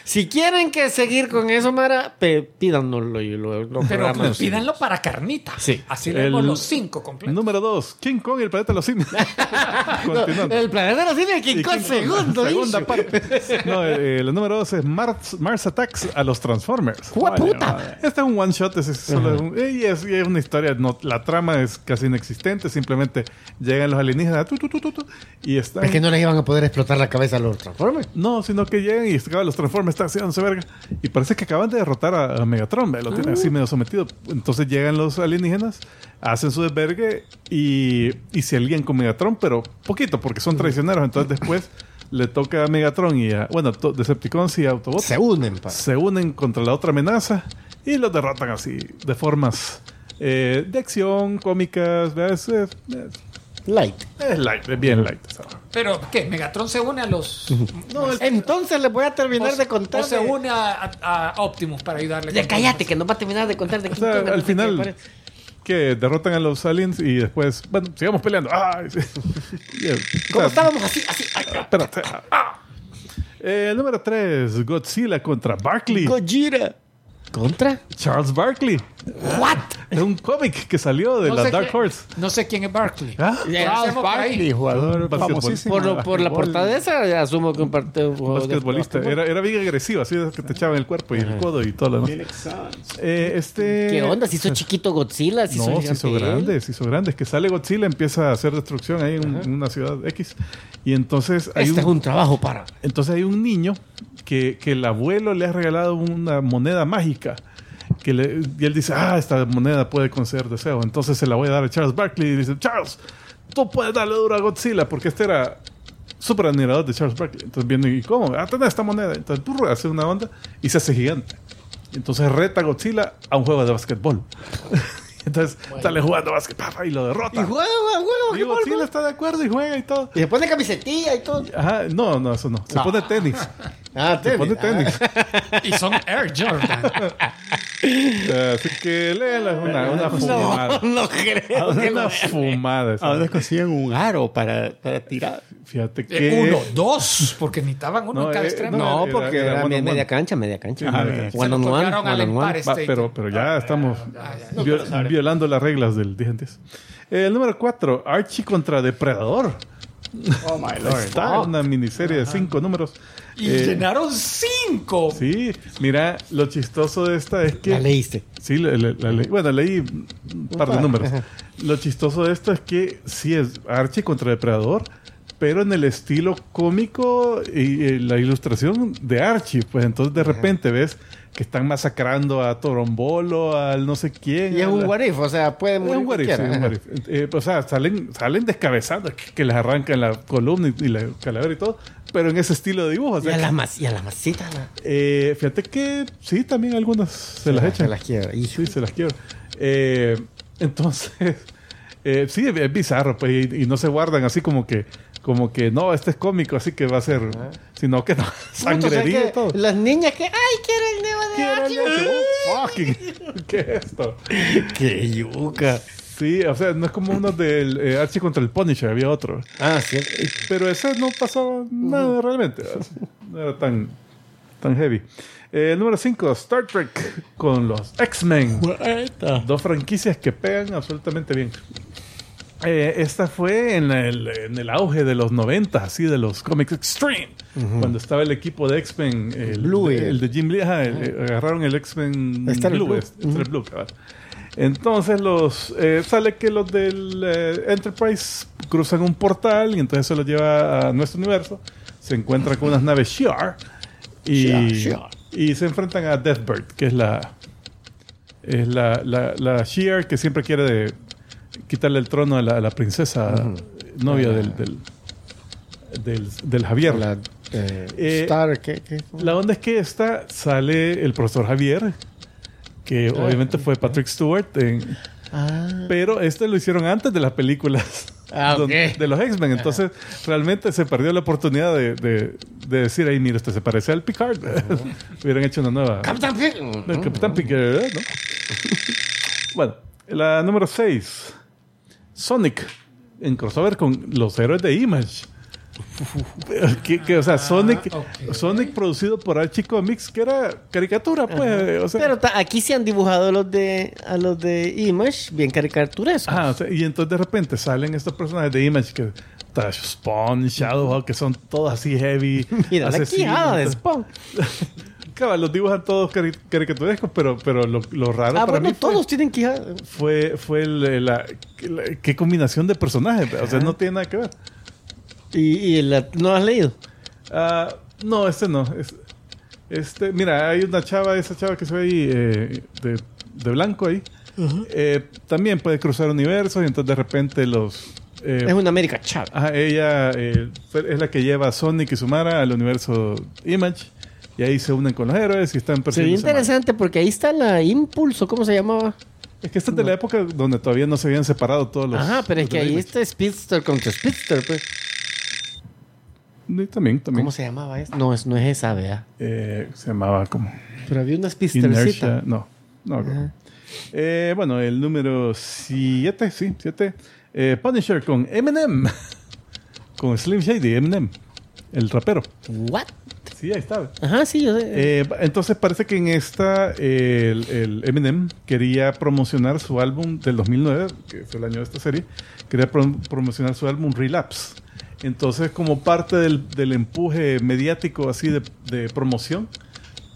S2: Si quieren que seguir con eso, Mara, pe- pídanoslo y lo, lo
S4: Pero
S2: programamos.
S4: pídanlo para carnita.
S2: Sí.
S4: Así
S3: El-
S4: leemos los cinco
S2: Ah,
S4: completos.
S3: Número dos, King Kong y el planeta de los simios.
S2: No,
S3: Continuando.
S2: el planeta de los cines,
S3: Y
S2: King Kong
S3: King Kong,
S2: segundo.
S3: Segunda
S2: dicho.
S3: parte. No, eh, eh, la número dos es Mars, Mars Attacks a los Transformers.
S2: ¡Jueputa!
S3: Vale, vale. Este es un one shot, es, es solo un- y es, y es una historia, no, la trama es casi inexistente, simplemente llegan los alienígenas tu, tu, tu, tu, tu, y están...
S2: Es que no les iban a poder explotar la cabeza a los Transformers.
S3: No, sino que llegan y acaban los Transformers, están haciéndose verga. Y parece que acaban de derrotar a, a Megatron, ¿ve? lo tienen
S2: Ah.
S3: así medio sometido. Entonces llegan los alienígenas, hacen su desvergue y, y se alían con Megatron, pero poquito, porque son traicioneros. Entonces después le toca a Megatron y a, bueno, to- Decepticons y Autobots
S2: Se unen, para.
S3: se unen contra la otra amenaza y los derrotan así, de formas eh, de acción, cómicas, ¿ve? es, es- es-
S2: Light.
S3: es light, es bien light. esa hora.
S4: Pero, ¿qué? ¿Megatron se une a los...?
S2: No, Entonces les voy a terminar
S4: o-
S2: de contar.
S4: o se
S2: de-
S4: une a, a- a Optimus para ayudarle.
S2: Ya
S4: con
S2: cállate,
S4: cosas.
S2: que nos va a terminar de contar de
S3: O
S2: King
S3: sea,
S2: Kong, no
S3: al
S2: sé qué,
S3: final
S2: pare-
S3: que derrotan a los aliens y después, bueno, sigamos peleando. ¡Ay! sí. Y, eh,
S2: ¿Cómo
S3: o sea,
S2: estábamos así, así? ay, ay,
S3: espérate. Ah. Eh, número 3, Godzilla contra Barkley.
S2: Gojira. ¿Contra?
S3: Charles Barkley.
S2: ¿What?
S3: Es un cómic que salió de
S4: No
S3: la
S4: sé
S3: Dark
S4: quién-
S3: Horse.
S4: No sé quién es Barkley.
S3: Ah,
S5: Charles Barkley, jugador
S3: Basquetbol.
S5: famosísimo.
S2: Por, lo, por la
S3: Basquetbol.
S2: portada esa, ya asumo que un partido. un juego de-
S3: basquetbolista.
S2: basquetbol.
S3: Era, era bien agresivo, así que te echaba en el cuerpo y el codo y todo lo demás. Eh, este...
S2: ¿Qué onda? Si hizo chiquito Godzilla, si
S3: No, se hizo grande, se hizo grande. Es que sale Godzilla, empieza a hacer destrucción ahí en, en una ciudad X. Y entonces hay,
S2: Este es
S3: un,
S2: un trabajo para.
S3: entonces hay un niño que, que el abuelo le ha regalado una moneda mágica. Que le- y él dice, ah, esta moneda puede conceder deseos. Entonces se la voy a dar a Charles Barkley. Y dice, Charles, tú puedes darle duro a Godzilla, porque este era súper admirador de Charles Barkley. Entonces viendo, ¿y cómo? Ah, tenés esta moneda. Entonces, tú hace una onda y se hace gigante. Entonces reta a Godzilla a un juego de basquetbol. Entonces, sale jugando básquet, pa, pa, y lo derrota.
S2: Y juega, juega,
S3: Y
S2: qué polvo.
S3: Godzilla está de acuerdo y juega y todo.
S2: Y se pone camisetilla y todo.
S3: Ajá, no, no, eso no. Se
S2: No.
S3: pone tenis.
S2: Ah,
S3: Se pone
S2: tenis. Ah.
S3: tenis.
S4: Y son Air Jordan.
S3: Así que léela, es una, una fumada.
S2: No, no creo. que
S3: Una
S2: no.
S3: fumada. esa.
S5: ¿A dónde consiguen un aro para, para tirar?
S3: Fíjate
S4: Eh,
S3: que.
S4: Uno, dos, porque necesitaban uno
S3: No,
S4: en cada
S3: eh,
S4: extremo.
S2: No,
S3: Era-
S2: porque
S3: era
S2: era,
S3: one
S2: me-
S3: on one.
S2: media cancha, media cancha.
S3: media cancha.
S2: One on
S4: Se lo
S2: one,
S4: colgaron
S2: one
S4: al
S2: on one.
S4: Empire
S3: Va,
S4: State.
S3: pero, pero ya estamos
S4: ya, ya.
S3: viol- violando las reglas del dije antes. El número 4, Archie contra Depredador.
S5: Oh my
S3: Está una miniserie de cinco números.
S4: Y
S3: Eh,
S4: llenaron cinco.
S3: Sí, mira, lo chistoso de esta es que.
S2: La leíste.
S3: Sí, la, la- la leí. Bueno, leí un par de
S2: par.
S3: números. Lo chistoso de esto es que sí es Archie contra Depredador, pero en el estilo cómico y, eh, la ilustración de Archie. Pues entonces de repente ves que están masacrando a Torombolo, al no sé quién.
S2: Y es
S3: a
S2: un
S3: la-
S2: what if, o sea, puede
S3: es
S2: morir
S3: un what if,
S2: cualquiera.
S3: sí, un what if. Eh, pues, o sea, salen, salen descabezados, que, que les arrancan la columna y, y la calavera y todo, pero en ese estilo de dibujo. o
S2: Y
S3: sea,
S2: a las mas- y a las masitas. la-
S3: eh, fíjate que sí, también algunas se, las
S2: la-
S3: echan.
S2: se las quiebra, hijo.
S3: Sí, se las quiebra. Eh, entonces, eh, sí, es- es bizarro, pues, y, y no se guardan así como que, como que no, este es cómico, así que va a ser, sino que no,
S2: Puto, o
S3: sangrería
S2: sea,
S3: y todo.
S2: pues, que Las niñas que, ay, quiero el nuevo de
S3: Quiero
S2: Archie.
S3: leche. Oh, fucking. ¿Qué es esto?
S2: Qué yuca.
S3: Sí, o sea, no es como uno del eh, Archie contra el Punisher, había otro.
S2: Ah, cierto.
S3: Pero ese no pasaba nada realmente. No era tan, tan heavy. Eh, número 5, Star Trek con los X-Men. Dos franquicias que pegan absolutamente bien. Eh, esta fue en el, en el auge de los 90, así de los cómics Extreme. Cuando estaba el equipo de X-Men, el,
S2: Blue,
S3: de- el de Jim Lee, ajá, el- agarraron el X-Men
S2: Ahí está el
S3: Blue,
S2: Blue.
S3: este, este Blue, cabal. Entonces los eh, sale que los del eh, Enterprise cruzan un portal y entonces se los lleva a nuestro universo. Se encuentran con unas naves Shi'ar y,
S2: Shi'ar.
S3: y se enfrentan a Deathbird, que es la es la, la, la Shi'ar que siempre quiere de- quitarle el trono a la, a la princesa novia del, del, del, del Javier.
S2: Ah. La eh,
S3: Eh,
S2: Star, ¿qué? qué?
S3: La onda es que esta sale el profesor Javier, que obviamente fue Patrick Stewart, en-
S2: Ah,
S3: pero este lo hicieron antes de las películas
S2: Ah,
S3: don-
S2: ok.
S3: de los X-Men. Entonces realmente se perdió la oportunidad de, de- de decir, ahí mira, este se parece al Picard. Hubieran hecho una nueva.
S2: Capitán Phil.
S3: No, el Capitán Picard, ¿no? bueno, la número 6. Sonic en crossover con los héroes de Image. que, que, o
S2: Ah,
S3: sea, Sonic,
S4: ok.
S3: Sonic producido por Archie Comics, que era caricatura, pues. O sea,
S2: Pero ta- aquí se han dibujado a los de, a los de Image bien caricaturescos.
S3: Ajá, ah, o sea, y entonces de repente salen estos personajes de Image que Trash Spawn, Shadowhawk, que son todos así heavy.
S2: Mira la
S3: asesinos,
S2: quijada de
S3: entonces-
S2: Spawn.
S3: Cabal, los dibujan todos cari- caricaturescos, pero, pero lo, lo raro
S2: Ah,
S3: para
S2: bueno,
S3: mí fue-
S2: todos tienen quijada.
S3: fue, fue el- eh, la, la- qué combinación de personajes. O sea, no tiene nada que ver.
S2: ¿Y, y la- no has leído?
S3: Ah, no, este no. es- este, mira, hay una chava, esa chava que se ve ahí eh, de, de blanco ahí. Eh, también puede cruzar universos y entonces de repente los... eh,
S2: Es una América Chávez.
S3: ajá, ella eh, fue- es la que lleva a Sonic y Sumara al universo Image y ahí se unen con los héroes y están
S2: Sería
S3: persiguiendo a Samara.
S2: interesante porque ahí está la Impulso, ¿cómo se llamaba?
S3: Es que esta es de la época donde todavía no se habían separado todos los...
S2: Ajá, pero es
S3: los
S2: que
S3: de
S2: ahí
S3: Image.
S2: está Speedster contra Speedster, pues.
S3: Y También, también.
S2: ¿Cómo se llamaba esa? No, es, no es esa, vea.
S3: Eh, se llamaba como
S2: Pero había una
S3: Inertia.
S2: Speedstercita.
S3: No, no. creo.
S2: Ajá.
S3: Eh, bueno, el número 7, sí, 7. Punisher con Eminem. con Slim Shady, Eminem. El rapero.
S2: ¿What?
S3: Sí, ahí está.
S2: Ajá, sí, yo sé.
S3: Eh, entonces parece que en esta eh, el, el Eminem quería promocionar su álbum del 2009, que fue el año de esta serie, quería prom- promocionar su álbum Relapse. Entonces como parte del, del empuje mediático así de, de promoción,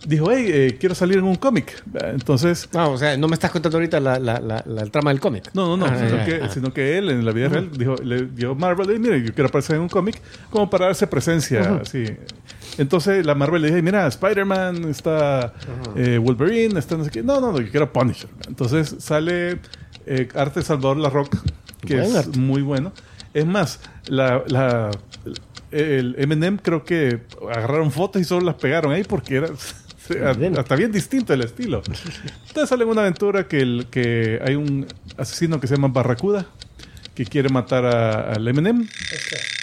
S3: dijo, hey, eh, quiero salir en un cómic. Entonces
S2: No, o sea, no me estás contando ahorita la, la, la, la- el trama del cómic.
S3: no, no, no.
S2: Ah,
S3: sino,
S2: ya,
S3: que,
S2: ah.
S3: sino que él en la vida real dijo, le dio a Marvel, "Ey, mire, yo quiero aparecer en un cómic, como para darse presencia. así. Entonces la Marvel le dijo, mira, Spider-Man, está eh, Wolverine, está no sé qué. No, no, no, yo quiero Punisher. Entonces sale eh, Arte de Salvador La Roca, que
S2: Buen
S3: es
S2: arte.
S3: muy bueno. Es más, la, la- el M&M creo que agarraron fotos y solo las pegaron ahí porque era
S2: Bueno.
S3: hasta bien distinto el estilo. Entonces sale en una aventura que, el, que hay un asesino que se llama Barracuda que quiere matar a- al M&M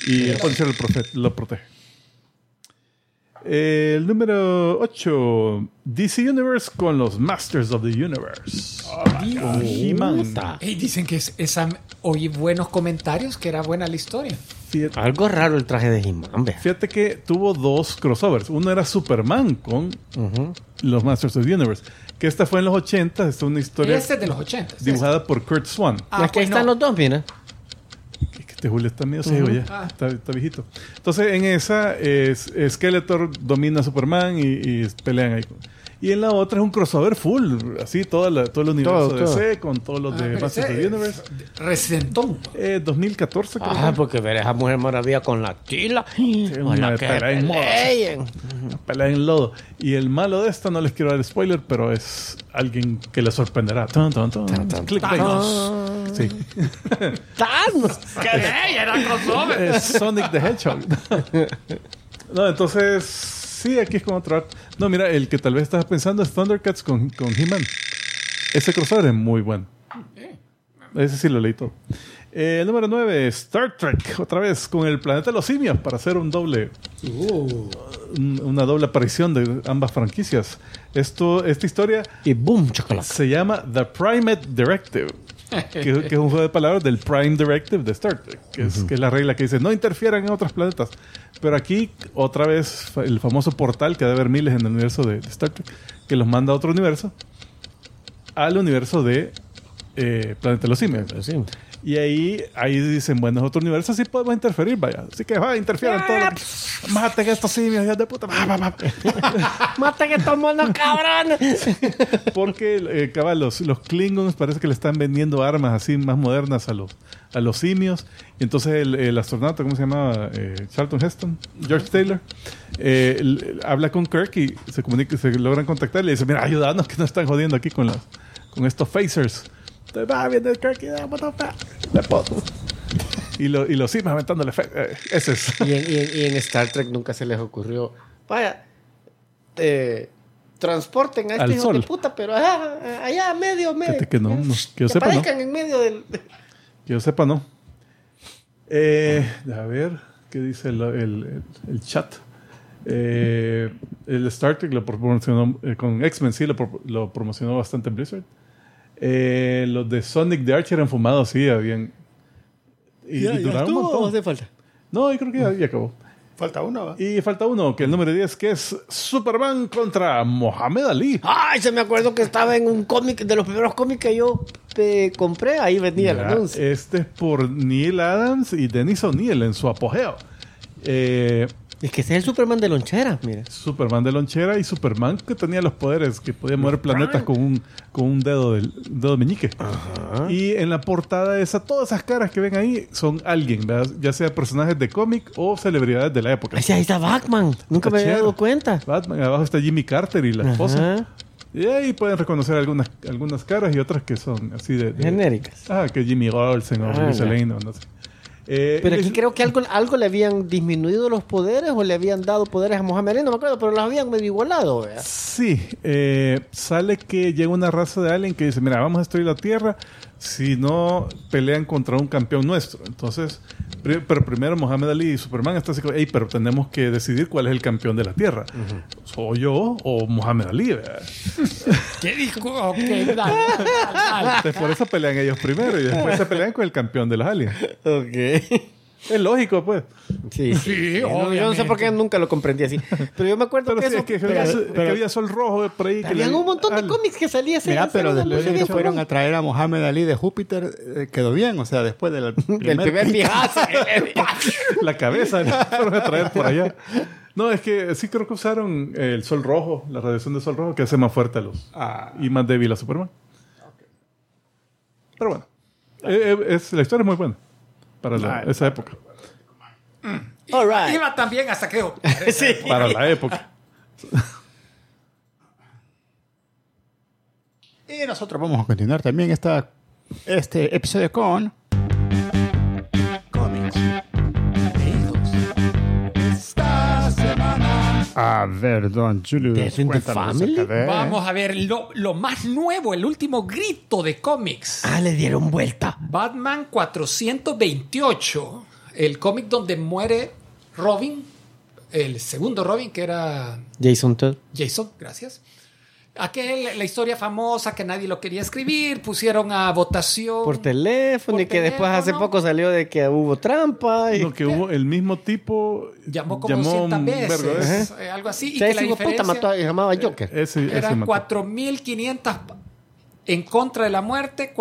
S3: y el policía lo, profe- lo protege. El número 8, DC Universe con los Masters of the Universe. Con He-Man.
S4: Y dicen que es, esa, oí buenos comentarios, que era buena la historia.
S3: Fíjate-
S2: Algo raro el traje de He-Man, vea.
S3: Fíjate que tuvo dos crossovers. Uno era Superman con
S2: Ujú.
S3: los Masters of the Universe. Que esta fue en los 80. Esta es una historia
S4: Este es de los 80.
S3: dibujada por Kurt Swan.
S4: Ah,
S2: Aquí
S4: pues
S2: están
S4: no.
S2: los dos, mira.
S3: Es que este Julio está medio ciego ya.
S4: Ah.
S3: Está, está viejito. Entonces, en esa, es, Skeletor domina a Superman y, y pelean ahí. Y en la otra es un crossover full. Así, toda la- todo el universo
S2: Todo,
S3: de
S2: todo.
S3: DC con todos los
S4: Ah,
S3: de
S4: pero
S3: Masters of
S4: ese
S3: the Universe.
S4: es Residentón.
S3: Eh, 2014, creo.
S2: Ajá,
S3: que
S2: Ah, porque ver a esa mujer maravilla con la tila.
S3: una
S2: Hola, que
S3: pelea en moda.
S2: peleen.
S3: Pelea en lodo. Y el malo de esta, no les quiero dar spoiler, pero es alguien que les sorprenderá. Tun, tun, tun. Clickbait. Sí.
S2: Thanos.
S4: ¡Ey, era crossover!
S3: Es Sonic the Hedgehog. No, entonces, sí, aquí es como otro art. No, mira, el que tal vez estás pensando es Thundercats con, con He-Man. Ese crossover es muy bueno. Ese sí lo leí todo. Eh, el número 9, Star Trek, otra vez, con el planeta de los simios, para hacer un doble un- una doble aparición de ambas franquicias. Esto, esta historia
S2: Y boom, chocolate.
S3: se llama The Primate Directive, que, que es un juego de palabras del Prime Directive de Star Trek, que es, que es la regla que dice no interfieran en otros planetas. Pero aquí, otra vez, fa- el famoso portal que debe haber miles en el universo de, de Star Trek, que los manda a otro universo, al universo de eh, Planeta de los Simios.
S2: Sí.
S3: Y ahí, ahí dicen, bueno, es otro universo, sí podemos interferir, vaya. Así que va, interfieran todos. los- Maten a estos simios, hijos de puta. Va, va, va.
S2: Maten estos monos cabrones.
S3: Porque, eh, cabal, los, los Klingons parece que le están vendiendo armas así más modernas a los, a los simios. Y entonces el, el astronauta, ¿cómo se llamaba? Eh, Charlton Heston, George Taylor, eh, l- l- habla con Kirk y se, comunica, se logran contactar y le dice, mira, ayúdanos que nos están jodiendo aquí con, los, con estos phasers. Entonces va, viene Kirk y da, what the fuck, la puta. Y, lo- y los simios aventándole. fe- eh, ese es.
S2: Y en, y en- y en Star Trek nunca se les ocurrió. Vaya, eh, transporten a
S3: Al
S2: este hijo de
S3: sol.
S2: puta, pero allá, allá medio, medio.
S3: Fíjate que no, no, que yo sepa, no.
S2: aparezcan en medio del.
S3: Que yo sepa, no. Eh, a ver, ¿qué dice el, el- el chat? Eh, el Star Trek lo promocionó, eh, con X-Men sí lo, pro- lo promocionó bastante Blizzard. Eh, los de Sonic the Archer enfumados sí habían... Y, y duraron un montón.
S2: falta?
S3: No, yo creo que ya, ya acabó.
S5: Falta uno, ¿va?
S3: Y falta uno, que el número 10, que es Superman contra Mohamed Ali.
S5: Ah,
S2: Ay, se me acuerdo que estaba en un cómic, de los primeros cómics que yo eh, compré, ahí venía el
S3: Mira,
S2: anuncio.
S3: este es por Neil Adams y Dennis O'Neill en su apogeo. Eh,
S2: es que ese es el Superman de loncheras, mira.
S3: Superman de lonchera y Superman que tenía los poderes, que podía mover planetas con un, con un dedo del dedo meñique. Y en la portada esa, todas esas caras que ven ahí son alguien, ¿verdad? ya sea personajes de cómic o celebridades de la época.
S2: Ay, sí, ahí está Batman. Nunca me había
S3: Cachero.
S2: dado cuenta.
S3: Batman, abajo está Jimmy Carter y la
S2: Ajá.
S3: esposa. Y ahí pueden reconocer algunas, algunas caras y otras que son así de... de-
S2: Genéricas.
S3: Ah, que Jimmy Olsen o
S2: Ah,
S3: Luis
S2: ya.
S3: Lane o no sé. Eh,
S2: Pero aquí
S3: es-
S2: creo que algo, algo le habían disminuido los poderes o le habían dado poderes a Mohamed Ali, no me acuerdo, pero los habían medio igualado, ¿verdad?
S3: Sí, eh, sale que llega una raza de alien que dice, mira, vamos a destruir la Tierra si no pelean contra un campeón nuestro. Entonces, pri- pero primero Mohamed Ali y Superman están así como, hey, pero tenemos que decidir cuál es el campeón de la Tierra. ¿Soy yo o Mohamed Ali? ¿verdad?
S4: ¿Qué dijo? Ok, dale, dale, dale.
S3: Entonces, por eso pelean ellos primero y después se pelean con el campeón de los aliens.
S2: Ok.
S3: Es lógico, pues.
S2: Sí, sí.
S4: Sí,
S2: No, yo no sé por qué nunca lo comprendí así. Pero yo me acuerdo
S3: Pero
S2: que
S3: sí,
S2: eso.
S3: es que, es
S2: pero-
S3: que- es que había sol rojo por ahí. que le-
S2: habían un montón de
S3: al-
S2: cómics que salía ese.
S5: Mira,
S2: ese
S5: pero
S2: era
S5: después de que
S2: alucinante.
S5: fueron a traer a Mohamed Ali de Júpiter, eh, quedó bien. O sea, después del primer,
S2: El primer pijazo.
S3: la cabeza la fueron a traer por allá. No, es que sí creo que usaron eh, el sol rojo, la radiación del sol rojo, que hace más fuerte a los
S5: Ah.
S3: y más débil a Superman. Pero bueno, eh, eh, es, la historia es muy buena para la-
S5: Ah,
S3: esa época.
S2: All right.
S4: Iba también hasta que...
S2: Sí.
S3: Para la época.
S5: Y nosotros vamos a continuar también esta, este episodio con. Cómic. A ver, don Julius.
S2: Death in the
S5: cuéntanos
S2: Family.
S5: acerca de-
S4: Vamos a ver lo, lo más nuevo, el último grito de cómics.
S2: Ah, le dieron vuelta.
S4: Batman 428, el cómic donde muere Robin, el segundo Robin, que era
S2: Jason Todd.
S4: Jason, gracias. Aquel, la historia famosa que nadie lo quería escribir, pusieron a votación.
S2: Por teléfono
S4: Por
S2: y que después hace
S4: teléfono.
S2: poco salió de que hubo trampa. Y...
S3: Lo que hubo, el mismo tipo
S4: llamó como 200
S3: un vergo de-
S4: veces, eh, algo así. Y
S2: Sí,
S4: que
S2: ese
S4: la
S2: hijo de puta
S4: diferencia
S2: mató a,
S3: Eh,
S2: llamaba Joker.
S3: Ese, ese
S4: eran
S3: mató.
S4: 4.500 en contra de la muerte,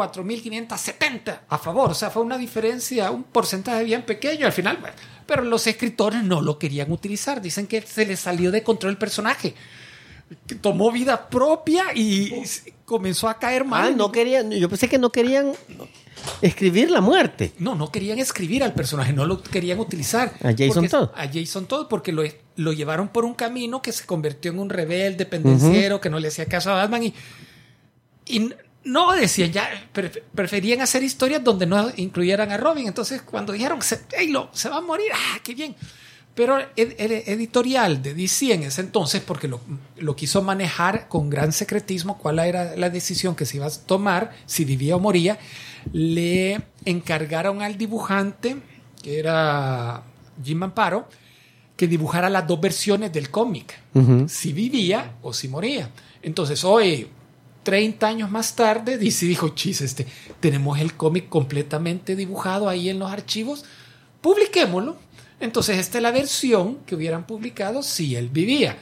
S4: 4.570 a favor. O sea, fue una diferencia, un porcentaje bien pequeño al final. bueno, Pero los escritores no lo querían utilizar. Dicen que se les salió de control el personaje. Que tomó vida propia y s- comenzó a caer
S2: ah,
S4: mal.
S2: no querían. Yo pensé que no querían escribir la muerte.
S4: No, no querían escribir al personaje, no lo querían utilizar.
S2: ¿A Jason
S4: Porque-
S2: Todd?
S4: A Jason Todd, porque lo, lo llevaron por un camino que se convirtió en un rebelde, pendenciero, que no le hacía caso a Batman y. y no decían ya, pre- preferían hacer historias donde no incluyeran a Robin. Entonces, cuando dijeron, se, "Ey, lo- se va a morir, ¡ah, qué bien! Pero el, el editorial de DC en ese entonces, porque lo, lo quiso manejar con gran secretismo, cuál era la decisión que se iba a tomar, si vivía o moría, le encargaron al dibujante, que era Jim Amparo, que dibujara las dos versiones del cómic, si vivía o si moría. Entonces hoy, 30 años más tarde, DC dijo, chis, este, tenemos el cómic completamente dibujado ahí en los archivos, publiquémoslo. Entonces esta es la versión que hubieran publicado si él vivía.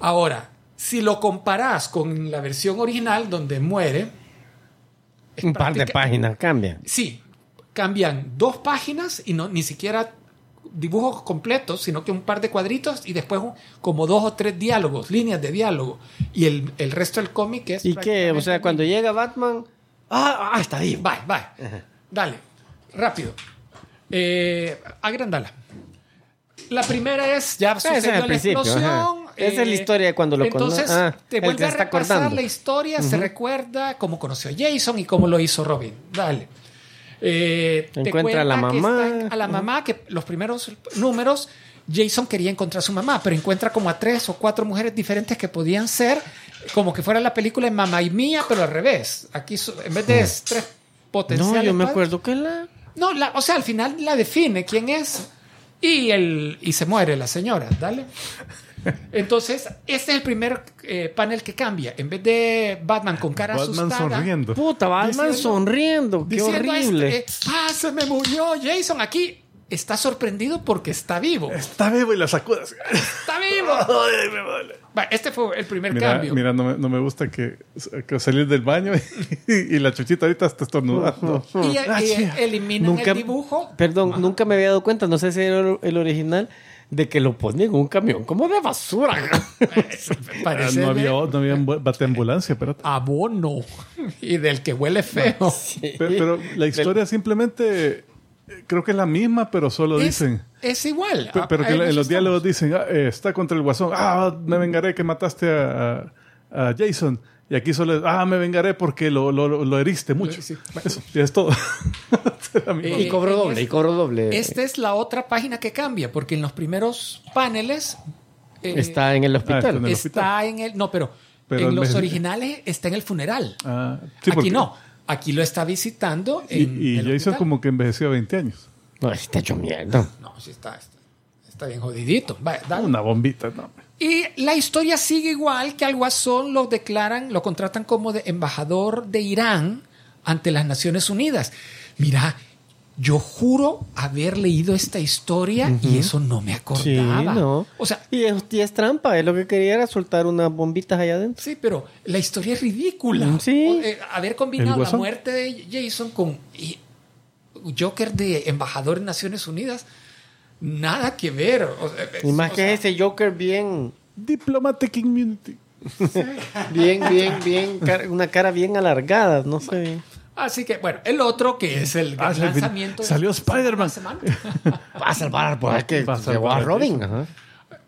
S4: Ahora, si lo comparas con la versión original donde muere, es
S2: Un par de
S4: práctica-
S2: páginas cambian.
S4: Sí, cambian dos páginas y no, ni siquiera dibujos completos, sino que un par de cuadritos y después un- como dos o tres diálogos, líneas de diálogo. Y el, el resto del cómic es...
S2: Y que, o sea, cuando llega Batman. Ah, ah, está vivo.
S4: Va, va. Dale, rápido. Eh, agrandala. La primera es, ya
S2: Ese Ah, es
S4: sucedió
S2: el
S4: la
S2: principio,
S4: explosión. eh,
S2: ajá. Esa es la historia de cuando lo cono-
S4: Entonces,
S2: ah,
S4: te
S2: el que
S4: vuelve a
S2: está
S4: repasar
S2: acordando.
S4: la historia, se recuerda cómo conoció a Jason y cómo lo hizo Robin. Dale. Eh, te
S2: Encuentra a la
S4: cuenta que
S2: mamá.
S4: está- a la
S2: Ujú.
S4: mamá, que los primeros números, Jason quería encontrar a su mamá, pero encuentra como a tres o cuatro mujeres diferentes que podían ser como que fuera la película de Mamá y Mía, pero al revés. Aquí, so- en vez de es tres potenciales.
S2: No, yo me
S4: padres-
S2: acuerdo que la.
S4: No, la- o sea, al final la define quién es y, el, y se muere la señora, ¿dale? Entonces, este es el primer eh, panel que cambia. En vez de Batman con cara
S3: Batman
S4: asustada.
S3: sonriendo.
S2: Puta, Batman
S4: Diciendo-
S2: sonriendo. Qué
S4: diciendo
S2: horrible.
S4: este, ah, se me murió Jason aquí. Está sorprendido porque está vivo.
S3: Está vivo y la sacudas.
S4: Está vivo.
S3: Ay, me vale.
S4: Va, Este fue el primer
S3: Mira,
S4: cambio.
S3: mira, no, me, no me gusta que, que salir del baño y, y la chuchita ahorita está estornudando.
S4: Y, eh,
S3: Ah, chía.
S4: eliminan
S2: Nunca-
S4: el dibujo.
S2: Perdón, nunca me había dado cuenta, no sé si era el- el original, de que lo ponen en un camión como de basura.
S3: Ah,
S4: Eh, Parece ¿eh?
S3: no había, no había embu- bate ambulancia, pero,
S4: abono y del que huele feo.
S3: pe- pero la historia simplemente eh, creo que es la misma, pero solo
S4: Es-
S3: dicen.
S4: Es, igual.
S3: Pe-
S4: Ah,
S3: Pero que
S4: ahí
S3: la- en los
S4: estamos.
S3: diálogos dicen, ah, eh, está contra el guasón, ah, me vengaré que mataste a, a- a Jason. Y aquí solo es, ah, me vengaré porque lo, lo, lo- lo heriste mucho.
S4: Sí, bueno.
S3: Eso, y es todo. Es la misma-
S2: y cobro
S4: Eh,
S2: doble,
S4: es-
S2: y cobro doble.
S4: Esta es la otra página que cambia, porque en los primeros paneles eh,
S2: Está en el hospital.
S4: este,
S3: en el
S4: está en el. No, pero,
S3: Pero
S4: en
S3: en
S4: los
S3: vez de-
S4: originales está en el funeral.
S3: Ah, sí,
S4: Aquí
S3: porque-
S4: no. Aquí lo está visitando.
S3: Y,
S4: En
S3: y
S4: el
S3: Jason
S4: hospital.
S3: como que envejeció a 20 años.
S4: este.
S2: No, está hecho mierda.
S4: No, sí está. Está, está bien jodidito. Va, dale.
S3: Una bombita, no.
S4: Y la historia sigue igual que al Guasón lo declaran, lo contratan como de embajador de Irán ante las Naciones Unidas. Mira, yo juro haber leído esta historia y eso no me acordaba.
S2: Sí, no.
S4: O sea,
S2: y es, y es trampa, es lo que quería era soltar unas bombitas allá adentro.
S4: sí, pero la historia es ridícula.
S2: Mm, Sí.
S4: O, eh, haber combinado la
S3: Guasón?
S4: muerte de Jason con y- Joker de embajador en Naciones Unidas, nada que ver. O sea, es-
S2: Y más
S4: o
S2: que
S4: sea,
S2: ese Joker bien,
S3: Diplomatic Immunity.
S2: bien, bien, bien, cara- una cara bien alargada, no sé. bien.
S4: Así que, bueno, el otro que es
S3: Ah,
S4: el gran
S3: sí, al fin-
S4: lanzamiento. de-
S3: salió Spider-Man.
S4: semana
S2: Va a
S5: Ah,
S2: salvar, pues es que
S3: Va a
S2: llegó a
S3: salvar a
S2: Robin. ajá.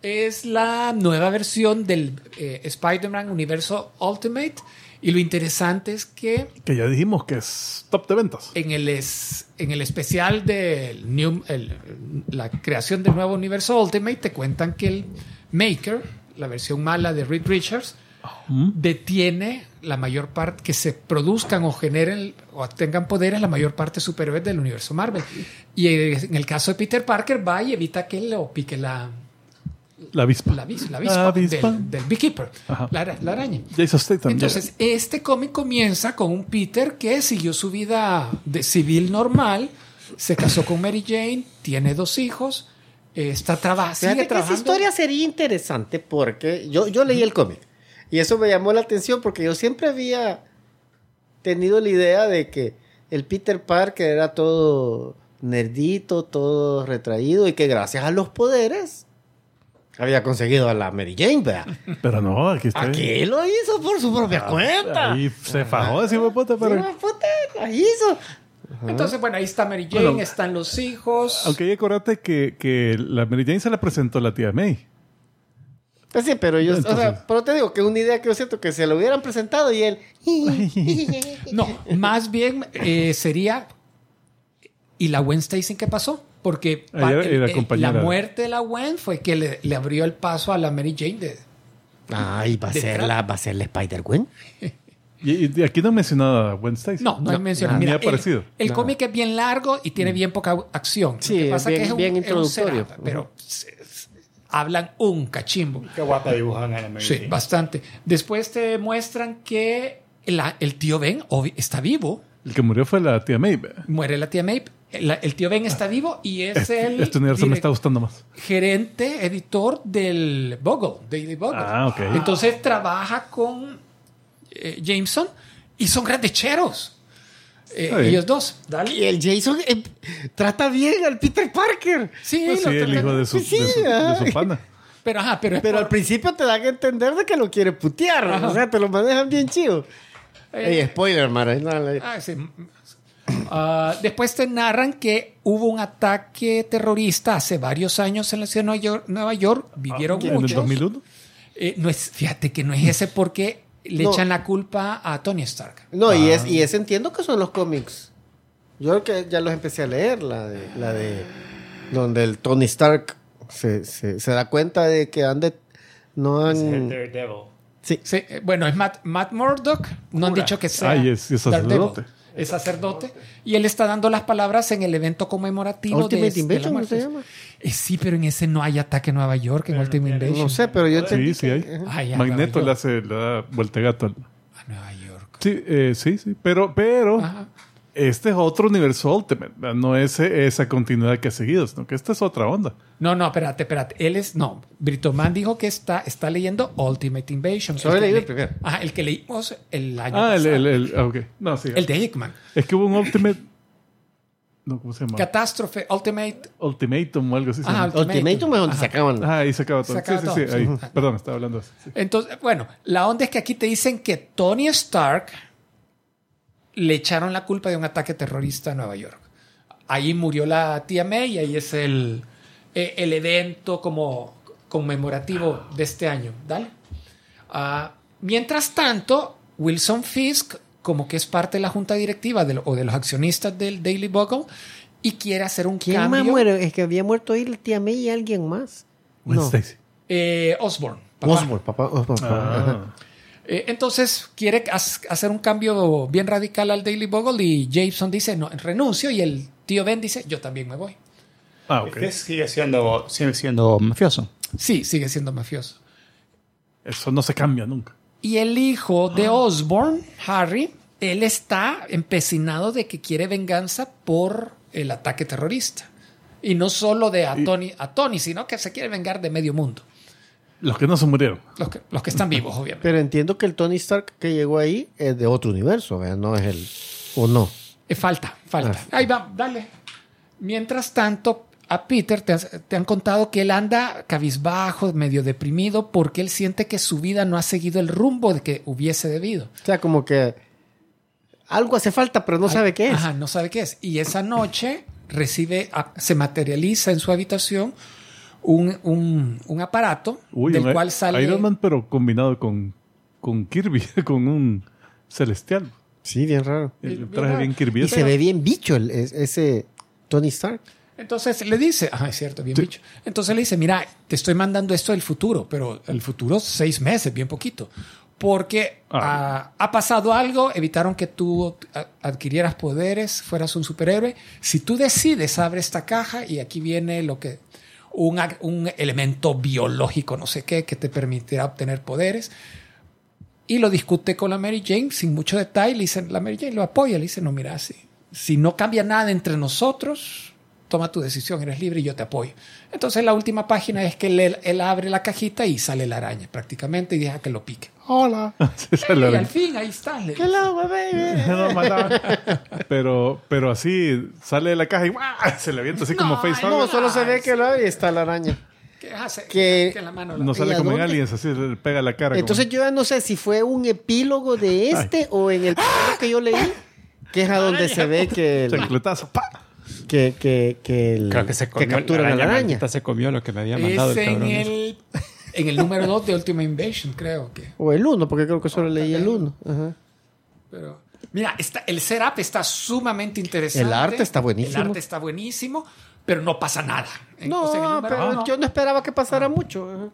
S4: Es la nueva versión del eh, Spider-Man Universo Ultimate. Y lo interesante es que
S3: Que ya dijimos que es top de ventas.
S4: en el, es- en el especial de la creación del nuevo universo Ultimate te cuentan que el Maker, la versión mala de Reed Richards, detiene la mayor parte que se produzcan o generen o tengan poderes la mayor parte de superhéroes del universo Marvel. Y eh, en el caso de Peter Parker va y evita que lo pique la,
S3: La avispa.
S4: la, avis- la avispa,
S3: La avispa.
S4: del, del Beekeeper,
S3: Ajá.
S4: la, ara- la araña.
S3: Jason Statham.
S4: Entonces, este cómic comienza con un Peter que siguió su vida de civil normal, se casó con Mary Jane, tiene dos hijos, eh, está traba- sigue
S2: Fíjate que esa
S4: trabajando.
S2: historia sería interesante porque yo, yo leí el cómic y eso me llamó la atención porque yo siempre había tenido la idea de que el Peter Parker era todo nerdito, todo retraído y que gracias a los poderes había conseguido a la Mary Jane, ¿verdad?
S3: ya. Pero no, aquí está. Ah,
S2: Aquí lo hizo por su propia cuenta.
S3: Ahí se fajó ese hijo de puta,
S2: Sí,
S3: pero.
S2: la puta, la hizo.
S4: Entonces, bueno, ahí está Mary Jane,
S3: Bueno,
S4: están los hijos.
S3: Aunque ya acuérdate que, que la Mary Jane se la presentó la tía May.
S2: Pues sí, pero yo, o sea,
S3: Entonces-
S2: pero te digo que es una idea que yo siento que se lo hubieran presentado y él.
S4: No, más bien eh, sería. ¿Y la Gwen Stacy qué pasó? Porque
S3: Ah, era-
S4: pa-
S3: era
S4: la
S3: compañera.
S4: muerte de la Gwen fue que le, le abrió el paso a la Mary Jane. de-
S2: Ay, va a
S4: De
S2: ser
S4: tra-
S2: la, va a ser la Spider-Gwen.
S3: Y, y aquí no mencionaba a Gwen Stacy.
S4: no, no, he mencionado.
S3: nada.
S4: Mira,
S3: Ni ha
S4: el-
S3: aparecido.
S4: El,
S2: Nada. Mm.
S4: cómic es bien largo y tiene bien poca acción.
S2: Sí, bien- bien introductorio.
S4: setup, pero se- se- hablan un cachimbo.
S5: Qué guapa dibujan a la Mary
S4: Sí,
S5: Jane.
S4: bastante. Después te muestran que la- el tío Ben obvi- está vivo.
S3: El que murió fue la tía May. ¿verdad?
S4: Muere la tía Mape. La- el tío Ben está vivo y es
S3: Este,
S4: el
S3: este universo me
S4: direc-
S3: está gustando más.
S4: gerente, editor del Bogle, Daily Bogle.
S3: Ah, ok.
S4: Entonces trabaja con eh, Jameson y son grandes cheros. Eh,
S3: Está bien.
S4: ellos dos.
S2: Dale, y el Jason eh, trata bien al Peter Parker.
S4: Sí,
S3: Sí,
S4: lo
S3: el
S4: tratan-
S3: hijo de su,
S2: Sí,
S3: de su,
S2: ah.
S3: de su pana.
S4: Pero ajá, pero, es
S2: Pero al
S4: por-
S2: principio te dan a entender de que lo quiere putear. O sea, te lo manejan bien chido.
S4: eh,
S2: Ey, spoiler, Mara. no, le-
S4: ah, sí. Ah, después te narran que hubo un ataque terrorista hace varios años en la ciudad de Nueva York. Nueva York. Vivieron
S3: Ah, ¿En el
S4: muchos.
S3: 2001?
S4: Eh, no es, fíjate que no es ese porque le
S2: No.
S4: echan la culpa a Tony Stark.
S2: no y, es, y ese entiendo que son los cómics. Yo creo que ya los empecé a leer. La de, la de donde el Tony Stark se, se, se da cuenta de que han de- no
S5: Es el
S2: han...
S5: Daredevil.
S2: Sí.
S4: Sí, eh, bueno, es Matt, Matt Murdock. No han dicho que sea.
S3: Ah, y es- y es
S4: Daredevil.
S3: sacerdote.
S4: Es sacerdote. Y él está dando las palabras en el evento conmemorativo
S2: Ultimate
S4: de, este, de la
S2: Invasion, ¿no
S4: muerte.
S2: se llama?
S4: Eh, sí, pero en ese no hay ataque en Nueva York, en Ultimate Invasion.
S2: No sé, pero yo entendí
S3: Sí, sí
S2: que-
S3: hay.
S4: Ah, ya,
S3: Magneto
S4: Nueva
S3: le hace
S4: York.
S3: la vueltegato. al-
S4: A Nueva York.
S3: Sí, eh, sí, sí. Pero, pero
S4: Ajá.
S3: este es otro universo Ultimate. ¿verdad? No es eh, esa continuidad que ha seguido, sino que esta es otra onda.
S4: No, no, espérate, espérate. Él es. No, Britoman dijo que está, está leyendo Ultimate Invasion.
S2: Solo he
S4: que
S2: leído el
S4: le-
S2: primero.
S4: Ajá, el que leímos el año
S3: Ah, el,
S4: pasado.
S3: el, el- ah, ok. No, sí.
S4: El de Hickman.
S3: Es que hubo un Ultimate. No, ¿cómo se llama?
S4: Catástrofe, Ultimate.
S3: Ultimatum o algo así. se
S4: Ah,
S3: llama.
S2: Ultimatum es donde
S4: Ajá.
S2: se acaban.
S3: Ah, ahí se acaba todo.
S4: Se acaba
S3: sí, sí, sí.
S4: todo.
S3: ahí.
S4: Ujú.
S3: Perdón, estaba hablando así. sí.
S4: Entonces, bueno, la onda es que aquí te dicen que Tony Stark le echaron la culpa de un ataque terrorista a Nueva York. Ahí murió la tía May y ahí es el, eh, el evento como conmemorativo de este año. Dale. Ah, mientras tanto, Wilson Fisk, como que es parte de la junta directiva del- o de los accionistas del Daily Bugle, y quiere hacer un
S2: ¿Quién
S4: cambio.
S2: más muere? Es que había muerto ahí la tía May y alguien más.
S3: Gwen
S2: No.
S3: Stacy.
S4: Eh, Osborne. papá.
S2: Osborn, papá. Osborn, papá. Ajá.
S3: Ah.
S4: Eh, entonces quiere has- hacer un cambio bien radical al Daily Bugle y Jameson dice, no, renuncio y el tío Ben dice, yo también me voy.
S3: Ah, ok.
S5: Este sigue siendo, sigue siendo mafioso.
S4: Sí, sigue siendo mafioso.
S3: Eso no se cambia nunca.
S4: Y el hijo de Osborne, Harry, él está empecinado de que quiere venganza por el ataque terrorista. Y no solo de a Tony, a Tony, sino que se quiere vengar de medio mundo.
S3: Los que no se murieron.
S4: Los que, los que están vivos, obviamente.
S2: Pero entiendo que el Tony Stark que llegó ahí es de otro universo, ¿verdad? No es el. ¿O no?
S4: Eh, falta, falta. Ahí va, dale. Mientras tanto, a Peter te, has- te han contado que él anda cabizbajo, medio deprimido, porque él siente que su vida no ha seguido el rumbo de que hubiese debido.
S2: O sea, como que. Algo hace falta, pero no sabe qué es.
S4: Ajá, no sabe qué es. Y esa noche recibe, a- se materializa en su habitación un, un- un aparato
S3: Uy,
S4: del
S3: un
S4: cual
S3: I-
S4: sale...
S3: Iron Man, pero combinado con, con Kirby, con un celestial.
S2: Sí, bien raro.
S3: El
S4: Bien
S3: traje
S4: raro.
S3: bien
S2: Y
S3: Kirby.
S2: se ve bien bicho el- es- ese Tony Stark.
S4: Entonces le dice, ah, es cierto, bien dicho. Entonces le dice, mira, te estoy mandando esto del futuro, pero el futuro seis meses, bien poquito. Porque ah, ha pasado algo, evitaron que tú a- adquirieras poderes, fueras un superhéroe. Si tú decides, abre esta caja y aquí viene lo que un, ag- un elemento biológico, no sé qué, que te permitirá obtener poderes. Y lo discute con la Mary Jane sin mucho detalle. Le dice, la Mary Jane lo apoya. Le dice, no, mira, si, si no cambia nada entre nosotros, toma tu decisión, eres libre y yo te apoyo. Entonces la última página es que él, él abre la cajita y sale la araña prácticamente y deja que lo pique.
S5: Hola.
S3: Se
S4: Y
S3: sale
S4: al
S3: la-
S4: fin, ahí está. le dice.
S2: Hello, my baby.
S3: No, mata. pero, pero así sale de la caja y ¡guau! se le avienta así como
S4: No,
S3: face
S4: no.
S2: No, solo se ve que lo abre y está la araña.
S4: ¿Qué hace?
S2: Que-
S4: Que la mano la-
S3: No
S2: ¿Y
S3: sale
S2: a
S3: como en
S2: dónde?
S3: Aliens, así le pega la cara. como-
S2: Entonces yo ya no sé si fue un epílogo de este o en el primero que yo leí, que es a donde se ve que el-
S3: Chancletazo. ¡pa!
S2: que, que, que, el-
S1: Creo que se comió
S2: capturan a la araña.
S1: maldita, se comió lo que me había mandado
S4: Es
S1: el
S4: en
S1: cabrón. ese.
S4: el, en el número 2 de Ultimate Invasion, creo que.
S2: O el uno, porque creo que solo leí el uno. Ajá.
S4: Pero, mira, está, el setup está sumamente interesante.
S2: El arte está buenísimo.
S4: El arte está buenísimo, pero no pasa nada.
S2: Eh,
S4: En- o sea, en el
S2: No,
S4: número
S2: pero
S4: uno,
S2: yo no Ah. esperaba que pasara mucho. ajá.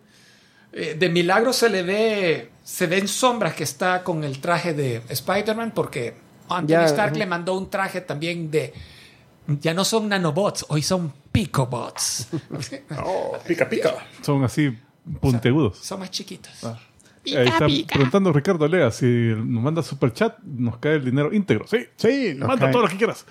S4: eh, de milagro se le ve, se ven sombras que está con el traje de Spider-Man porque Anthony
S2: Ya,
S4: Stark
S2: ajá.
S4: le mandó un traje también de, ya no son nanobots, hoy son picobots.
S1: Oh,
S3: Son así puntegudos.
S4: son más chiquitos.
S2: Ah.
S3: Ahí está preguntando Ricardo Lea si nos manda super chat, nos cae el dinero íntegro. Sí,
S5: Sí,
S3: nos manda
S5: ok.
S3: todo lo que quieras.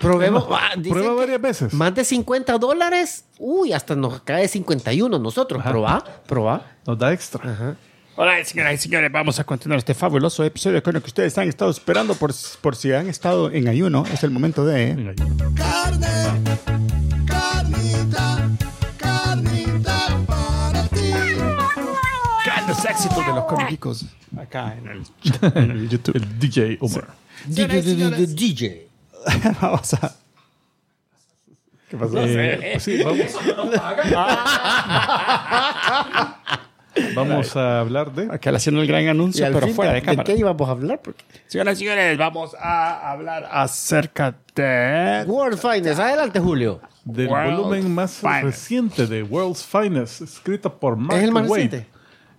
S2: Probemos. ah, dicen
S3: Prueba
S2: que
S3: varias veces.
S2: Más de 50 dólares. Uy, hasta nos cae 51 nosotros.
S3: Ajá.
S2: Probá, probá.
S3: Nos da extra.
S1: Hola, señoras y señores, vamos a continuar este fabuloso episodio con el que ustedes han estado esperando por, por si han estado en ayuno. Es el momento de...
S3: Venga, ahí.
S6: Carne, carnita, carnita para ti.
S1: Los éxitos de los cómicos acá en el
S3: En el YouTube. El DJ Omar.
S2: DJ.
S1: Vamos a...
S3: ¿Qué pasó? Eh, pues sí, vamos. vamos a hablar de.
S1: Acá haciendo el gran
S2: Y
S1: anuncio,
S2: al
S1: pero
S2: fin,
S1: fuera de cámara.
S2: qué íbamos a hablar? Porque...
S1: Señoras y señores, vamos a hablar acerca de...
S2: World Finance. Adelante, Julio.
S3: del
S1: World
S3: volumen más
S1: Finest.
S3: reciente de World's Finest, escrita por Mark
S2: ¿Es el más
S3: Waid.
S2: reciente?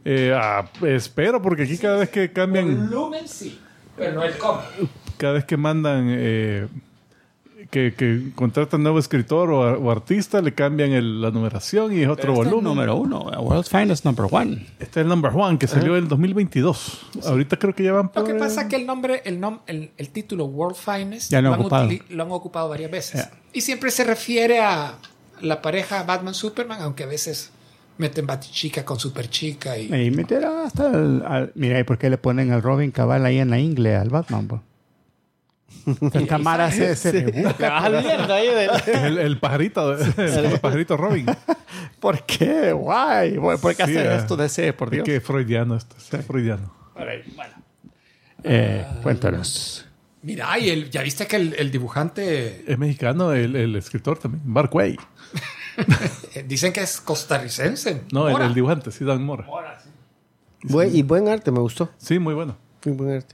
S3: Eh, ah, espero, porque aquí cada vez que cambian,
S4: Lumen sí, pero no el cómic.
S3: cada vez que mandan, eh, que, que contratan nuevo escritor o, a- o artista, le cambian el- la numeración y es otro volumen.
S1: número uno, World's Finest Number One.
S3: Este es el number one que
S2: Ah.
S3: salió en el 2022. Ahorita creo que ya van por.
S4: Lo que
S3: eh,
S4: pasa es que el nombre, el, nom- el, el título World Finest
S1: Ya lo han
S4: han
S1: ocupado.
S4: utili- lo han ocupado varias veces.
S1: Ya.
S4: Y siempre se refiere a la pareja Batman-Superman, aunque a veces meten Batichica con Superchica. Y,
S1: Y meterá hasta el. al- mira, ¿y por qué le ponen al Robin Cabal ahí en la ingle al Batman? po? El cámara se, se rebusca.
S3: es el, el pajarito, el pajarito Robin.
S1: ¿Por qué? Guay. Bueno, ¿Por qué
S3: Sí,
S1: hacer
S3: eh.
S1: esto de ese? Por
S3: Es
S1: Dios.
S3: que freudiano esto, es freudiano.
S1: Eh, cuéntanos.
S4: mira, y el- ya viste que el, el dibujante
S3: Es mexicano el, el escritor también, Mark Way.
S4: eh, dicen que es costarricense.
S3: No, el,
S4: Mora.
S3: el dibujante, sí, Dan Mora.
S2: Buen- y buen arte, me gustó.
S3: Sí, muy bueno.
S2: Muy buen arte.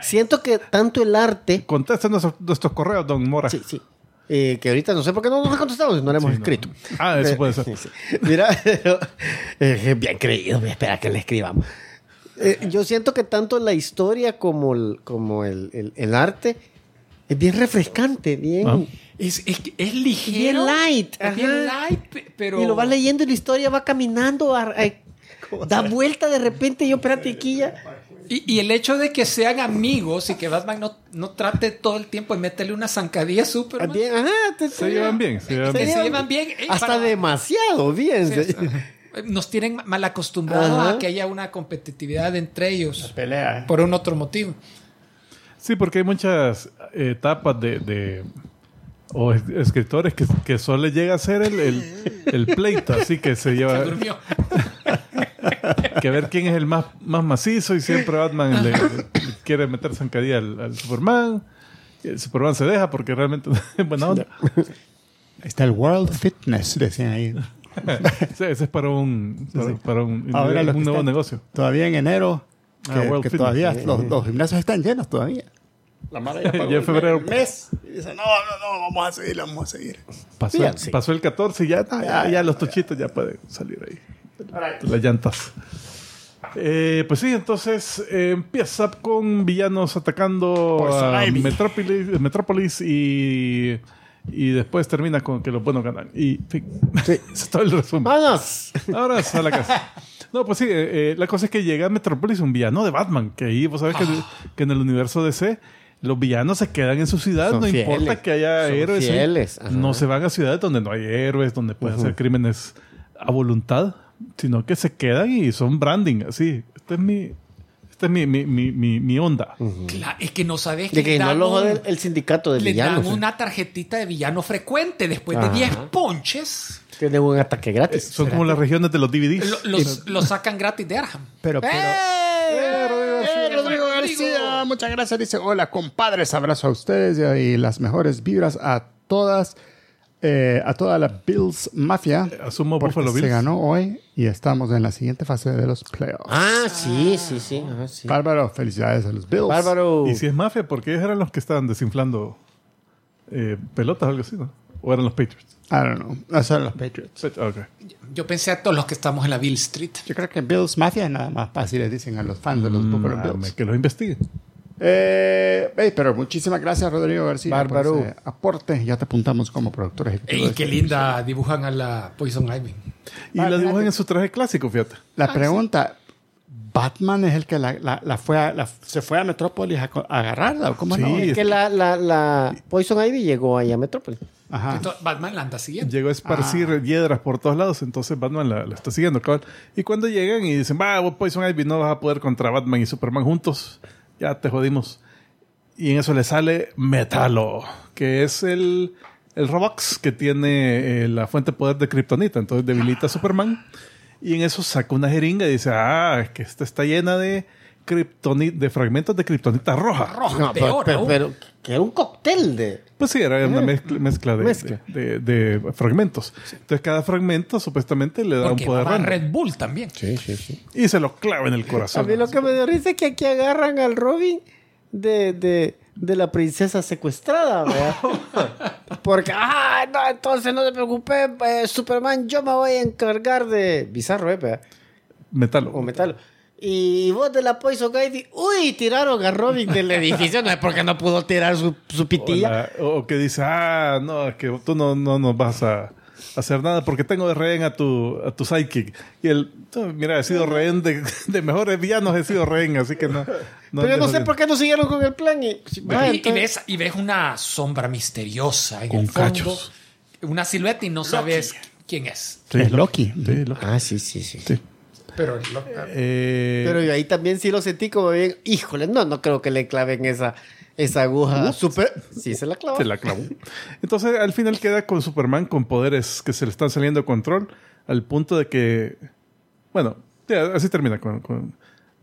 S2: Siento que tanto el arte.
S3: Contesta nuestros, nuestros correos, Don Mora.
S2: Sí, sí. Eh, que ahorita no sé por qué no nos ha contestado, si no lo hemos
S3: Sí, no.
S2: escrito.
S3: Ah, eso puede ser.
S2: Sí, sí. Mira, pero, eh, bien creído, voy a esperar a que le escribamos. Eh, yo siento que tanto la historia como el, como el, el- el arte es bien refrescante, bien,
S3: Ah.
S4: Es, es, que es ligero.
S2: bien light.
S4: Es bien
S2: ajá.
S4: light, pe- pero...
S2: Y lo vas leyendo y la historia va caminando, a- a- da vuelta de repente y yo, espérate aquí ya.
S4: Y, y el hecho de que sean amigos y que Batman no, no trate todo el tiempo de meterle una zancadilla a Superman.
S2: Bien, ajá, te-
S3: Se llevan bien, se llevan
S4: que
S2: te-
S3: bien.
S4: se llevan bien, eh,
S2: Hasta
S4: para-
S2: demasiado bien.
S4: Sí,
S2: se-
S4: sí. Nos tienen mal acostumbrados
S2: Ajá.
S4: a que haya una competitividad entre ellos
S1: Pelea. eh.
S4: por un otro motivo.
S3: Sí, porque hay muchas eh, etapas de, de- o es- escritores que, que solo llega a ser el, el, el pleito, así que se
S4: Se
S3: lleva
S4: durmió.
S3: que ver quién es el más, más macizo y siempre Batman le, le quiere meter zancadilla al, al Superman. Y El Superman se deja porque realmente es buena onda.
S1: Está el World Fitness, decían ahí.
S3: Sí, ese es para un, para, para un,
S1: Ahora los
S3: un
S1: que
S3: nuevo
S1: están
S3: negocio.
S1: Todavía en enero. Que,
S3: Ah, World
S1: que
S3: Fitness.
S1: todavía los, los gimnasios están llenos todavía.
S7: La mala ya pagó
S3: Ya en
S7: el
S3: febrero.
S7: el mes. Y dice, no, no, no, vamos a seguir, vamos a seguir.
S3: Pasó,
S2: Bien, sí.
S3: pasó el 14 y ya, ya, ya, los tochitos ya pueden salir ahí. De Las llantas. Eh, pues sí, entonces eh, empieza con villanos atacando a
S7: Poison Ivy.
S3: Metrópolis, Metrópolis y, y después termina con que los buenos ganan. Y fin. Ese es todo el resumen.
S2: ¡Vámonos!
S3: Ahora es a la casa. No, pues sí, eh, eh, la cosa es que llega a Metropolis un villano de Batman, que ahí vos sabés que,
S2: Ah.
S3: que en el universo DC los villanos se quedan en su ciudad,
S2: Son
S3: no
S2: fieles.
S3: importa que haya
S2: Son
S3: héroes. ahí.
S2: fieles, ajá.
S3: No se van a ciudades donde no hay héroes, donde pueden hacer crímenes a voluntad, sino que se quedan y son branding, así. Esta es mi, esta es mi, mi, mi, mi, mi onda.
S4: Cla- es que no sabes
S2: De que
S4: le
S2: no
S4: dan
S2: lo jode
S4: un-
S2: el- el sindicato de
S4: le
S2: villanos. eh.
S4: dan una tarjetita de villano frecuente después
S2: Ajá.
S4: de 10 ponches.
S2: Tiene un ataque gratis.
S3: Eh, Son como las regiones de los DVDs.
S4: Lo, los, lo sacan gratis de Arham.
S5: Pero, pero.
S7: ¡Eh,
S5: Rodrigo
S7: eh, Rodrigo García! Muchas gracias. Dice, hola, compadres. Abrazo a ustedes y- y las mejores vibras a todas. eh, a toda la Bills Mafia.
S3: Eh, Asumo
S7: porque
S3: Buffalo Bills.
S7: Se ganó hoy y estamos en la siguiente fase de los
S4: Eh,
S7: playoffs.
S2: Ah, sí, sí, sí. ajá, sí.
S7: Bárbaro, felicidades a los Bills.
S2: Bárbaro.
S3: Y si es mafia, ¿por qué eran los que estaban desinflando eh, pelotas o algo así, no? ¿O eran los Patriots?
S7: I don't know. O sea, los Patriots.
S3: Pat- ah, ok.
S4: Yo pensé a todos los que estamos en la Bill Street.
S7: Yo creo que Bills Mafia es nada más. Así le dicen a los fans de los Buffalo
S3: Ah, me-
S7: Bills.
S3: que los investiguen.
S7: Eh, hey, pero muchísimas gracias, Rodrigo García.
S2: Bárbaro.
S7: Por ese aporte. Ya te apuntamos como productor ejecutivo.
S4: Ey,
S7: de
S4: qué
S7: este
S4: linda dibujan a la Poison Ivy.
S3: Y
S7: Vale,
S3: la dibujan
S7: adelante.
S3: en su traje clásico, fíjate.
S7: La pregunta, ¿Batman es el que la, la- la fue a- la- se fue a Metrópolis a, co- a agarrarla? ¿o ¿Cómo
S3: Sí.
S7: no?
S2: Es que la, la, la Poison Ivy llegó ahí a Metrópolis. Ah.
S7: Ajá.
S4: Entonces, Batman la anda siguiendo.
S3: Llegó a esparcir
S7: Ah.
S3: piedras por todos lados, entonces Batman la, la está siguiendo, cabal. Y cuando llegan y dicen, va, vos, Poison Ivy, no vas a poder contra Batman y Superman juntos, ya te jodimos. Y en eso le sale Metalo, que es el, el Robox que tiene eh, la fuente de poder de Kryptonita, entonces debilita a Superman. Y en eso saca una jeringa y dice, ah, es que esta está llena de, kryptoni- de fragmentos de Kryptonita roja.
S4: Roja,
S2: No, pero,
S4: Ah, peor
S2: pero,
S4: aún.
S2: pero que era un cóctel de.
S3: Pues sí, era una mezcla, mezcla de,
S2: Eh, Mezcla.
S3: de- de- de fragmentos. Entonces cada fragmento supuestamente le da
S4: porque
S3: un poder
S4: va a
S3: random.
S4: Red Bull también.
S3: y se lo clava en el
S2: A
S3: corazón.
S2: mí lo que me dio risa es que aquí agarran al Robin de, de, de la princesa secuestrada, ¿verdad? Porque, ah, no, entonces no te preocupes, eh, Superman, yo me voy a encargar de. Bizarro, ¿eh? ¿verdad?
S3: Metalo.
S2: O metal. Y vos de la Poison Ivy, uy, tiraron a Robin del edificio, no es porque no pudo tirar su, su
S3: O,
S2: pitilla.
S3: la- o que dice, ah, no, es que tú no, no nos vas a hacer nada porque tengo de rehén a tu, a tu sidekick. Y él, "Tú, mira, he sido rehén de, de mejores villanos, he sido rehén, así que no.
S2: Pero yo no
S3: andes
S2: sé
S3: jodiendo".
S2: por qué no siguieron con el plan. Y, Ah,
S4: y, y
S2: entonces-
S4: ves, y ves una sombra misteriosa en
S3: Con
S4: el fondo.
S3: cachos.
S4: Una silueta y no sabes quién es.
S3: Sí,
S7: Es
S3: lo-
S7: Loki.
S3: sí, lo-
S2: Ah, sí, sí, sí.
S4: Pero lo-
S3: Eh,
S2: Pero yo ahí también sí lo sentí como bien. Híjole, no, no creo que le claven esa, esa aguja super. Sí, se la clavó.
S3: Se la clavó. Entonces, al final queda con Superman con poderes que se le están saliendo de control al punto de que. Bueno, ya, así termina con. con,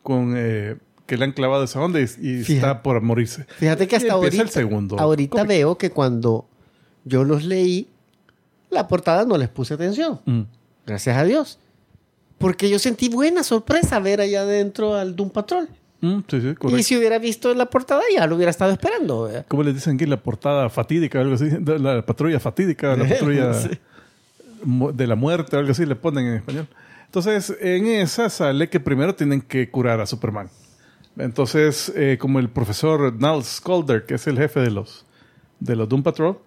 S3: con, eh, que le han clavado esa onda y, y
S2: Fija-
S3: está por morirse.
S2: Fíjate que
S3: Y
S2: hasta
S3: empieza
S2: ahorita.
S3: el segundo.
S2: Ahorita
S3: cómic.
S2: veo que cuando yo los leí, la portada no les puse atención.
S3: Mm.
S2: Gracias a Dios. Porque yo sentí buena sorpresa ver allá adentro al Doom Patrol.
S3: Mm, sí, sí, correcto.
S2: Y si hubiera visto la portada, ya lo hubiera estado esperando. ¿verdad?
S3: ¿Cómo les dicen aquí? La portada fatídica o algo así. De La patrulla fatídica, la patrulla mu- de la muerte o algo así le ponen en español. Entonces, en esa sale que primero tienen que curar a Superman. Entonces, eh, como el profesor Nal Scholder, que es el jefe de los, de los Doom Patrol,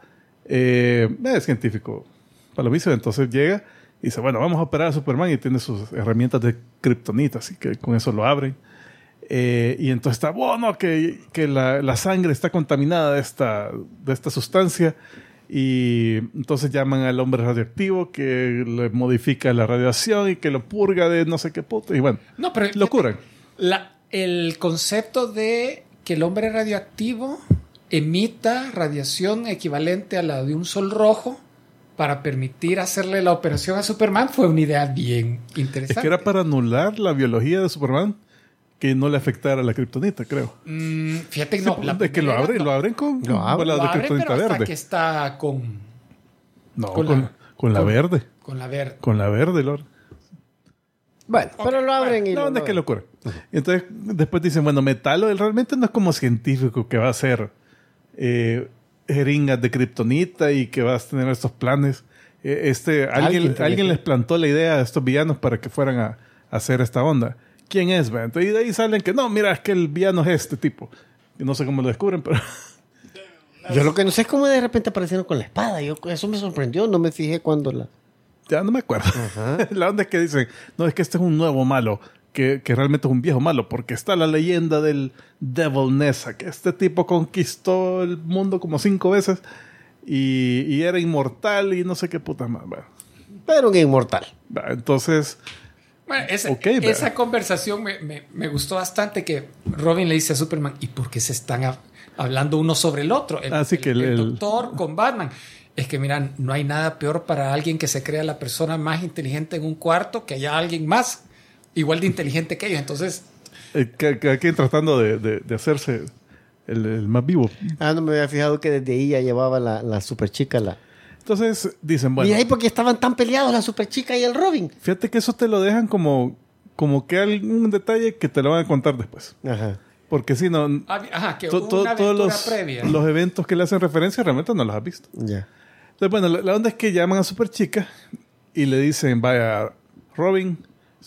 S3: eh, es científico palomizo, entonces llega y dice, bueno, vamos a operar a Superman y tiene sus herramientas de kriptonita, así que con eso lo abren. Eh, y entonces está, bueno, que, que la, la sangre está contaminada de esta, de esta sustancia. Y entonces llaman al hombre radioactivo que le modifica la radiación y que lo purga de no sé qué puta. Y bueno,
S4: no, pero
S3: lo curan.
S4: la- el concepto de que el hombre radioactivo emita radiación equivalente a la de un sol rojo para permitir hacerle la operación a Superman fue una idea bien interesante.
S3: Es que era para anular la biología de Superman que no le afectara la kriptonita, creo.
S4: Mm, fíjate que no. la
S3: es que lo
S4: primera
S3: abren,
S4: no.
S3: lo abren con
S2: Lo abren,
S3: bolas
S4: Lo
S3: de
S4: abren,
S3: kriptonita
S4: pero hasta
S3: verde.
S4: que está con,
S3: No,
S4: con
S3: con,
S4: la-
S3: con la
S4: con-
S3: verde.
S4: con la verde.
S3: Con la verde, Lord.
S2: Bueno, pero lo abren y
S3: La
S2: lo-
S3: onda es que locura. Entonces, después dicen, bueno, Metalo, él realmente no es como científico que va a hacer eh, jeringas de kriptonita y que va a tener estos planes. Eh, este, alguien,
S2: Alguien
S3: alguien,
S2: tiene que-
S3: les plantó la idea a estos villanos para que fueran a, a hacer esta onda. ¿Quién es? va? Entonces, y de ahí salen que no, mira, es que el villano es este tipo. Y no sé cómo lo descubren, pero
S2: Yo lo que no sé es cómo de repente aparecieron con la espada. Yo, eso me sorprendió, no me fijé cuando la...
S3: ya no me acuerdo. La onda es que dicen, no, es que este es un nuevo malo, que, que realmente es un viejo malo, porque está la leyenda del Devil Nessa, que este tipo conquistó el mundo como cinco veces y, y era inmortal y no sé qué puta más. Bueno,
S2: Pero un inmortal.
S3: va, entonces,
S4: Bueno, esa,
S3: Ok, pero-
S4: esa conversación me, me- me gustó bastante que Robin le dice a Superman, ¿y por qué se están hab- hablando uno sobre el otro? El,
S3: Así Ah, que el- el-
S4: doctor con Batman. Es que, miran, no hay nada peor para alguien que se crea la persona más inteligente en un cuarto que haya alguien más igual de inteligente que ellos. Entonces,
S3: eh, que, que aquí tratando de, de- de hacerse el, el más vivo.
S2: Ah, no me había fijado que desde ahí ya llevaba la, la super chica. La...
S3: Entonces dicen, bueno.
S2: Y ahí porque estaban tan peleados la super chica y el Robin.
S3: Fíjate que eso te lo dejan como, como que algún detalle que te lo van a contar después.
S2: Ajá.
S3: Porque si no,
S4: hab- ajá, que
S3: to-
S4: hubo
S3: to-
S4: una aventura
S3: todos los,
S4: previa.
S3: los eventos que le hacen referencia realmente no los has visto.
S2: Ya.
S3: Entonces, bueno, la, la onda es que llaman a Super Chica y le dicen, vaya, Robin.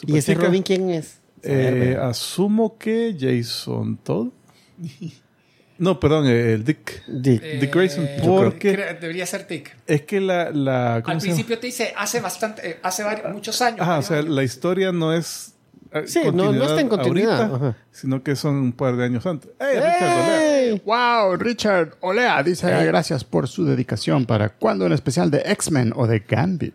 S2: ¿Y ese
S3: Superchica,
S2: Robin quién es?
S3: eh, asumo que Jason Todd. No, perdón, eh, el Dick.
S2: Dick.
S4: Eh,
S3: Dick Grayson,
S4: yo
S3: porque-
S4: creo- Debería ser Dick.
S3: Es que la... la
S4: Al
S3: ¿cómo se llama?
S4: principio te dice, hace bastante, eh, hace varios- muchos años.
S3: Ajá, o sea,
S4: Varios
S3: la historia no es... eh,
S2: Sí, no- no está en continuidad, ajá.
S3: sino que son un par de años antes. ¡Ey, Richard Donner!
S2: ¡Ey!
S7: Wow, Richard Olea dice gracias por su dedicación para cuando un especial de X-Men o de Gambit.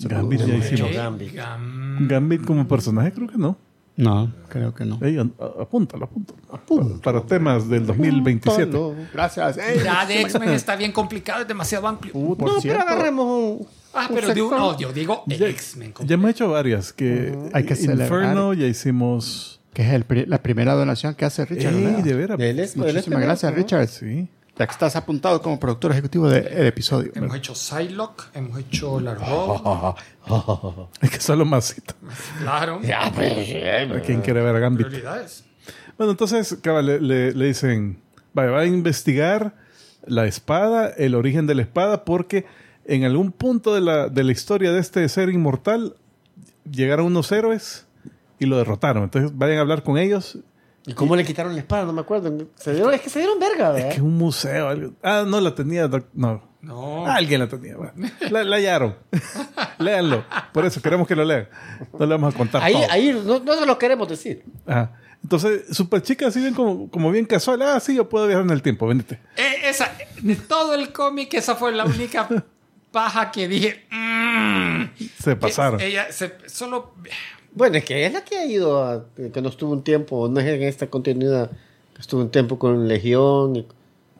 S3: Gambit ya hicimos.
S4: años.
S2: Gambit.
S4: Gam-
S3: Gambit como personaje creo que no.
S7: No, creo que no.
S3: Ey, an- a- apúntalo, apúntalo. Para, para temas del 2027.
S2: Solo.
S7: Gracias. Ey,
S4: Ya de X-Men está bien complicado, es demasiado amplio.
S7: por
S2: No, pero
S7: cierto,
S2: agarremos un.
S4: Ah,
S2: un
S4: pero digo,
S2: sector.
S4: no, yo digo X-Men.
S3: Ya hemos hecho varias. Que
S7: Hay que
S3: Inferno
S7: celebrar.
S3: ya hicimos.
S7: que es el pri- la primera donación que hace Richard
S3: Ey,
S7: Olea.
S3: de veras.
S2: Él es- él es
S7: Muchísimas
S2: primero,
S7: gracias,
S2: ¿no?
S7: Richard.
S3: Sí.
S7: Ya que estás apuntado como productor ejecutivo del episodio.
S4: Hemos hecho Psylocke, hemos hecho Largo,
S3: Es que solo masita.
S4: claro,
S2: Ah, pues, eh,
S3: Para quien quiere ver a Gambit.
S4: prioridades.
S3: Bueno, entonces, cabal, le, le- le dicen, vaya, va a investigar la espada, el origen de la espada, porque en algún punto de la, de la historia de este ser inmortal llegaron unos héroes y lo derrotaron. Entonces, vayan a hablar con ellos.
S2: ¿Y cómo le quitaron la espada? No me acuerdo. Se dieron, es que se dieron verga,
S7: Eh.
S2: ¿verdad?
S3: Es que un museo, algo. Ah, no la tenía, doc- no.
S4: No,
S3: Ah, Alguien la tenía. bueno. La, la hallaron. Léanlo. Por eso queremos que lo lean. No le vamos a contar.
S2: Ahí,
S3: todo.
S2: ahí no, no se lo queremos decir.
S3: Ajá. Entonces, super chica, así bien como, como bien casual. Ah, sí, yo puedo viajar en el tiempo. Véndete.
S4: Eh, esa, de todo el cómic, esa fue la única paja que dije. "Mm".
S3: Se pasaron.
S4: Que Ella se- solo.
S2: Bueno, es que es la que ha ido, a- que no estuvo un tiempo, no es en esta continuidad, que estuvo un tiempo con Legión. y-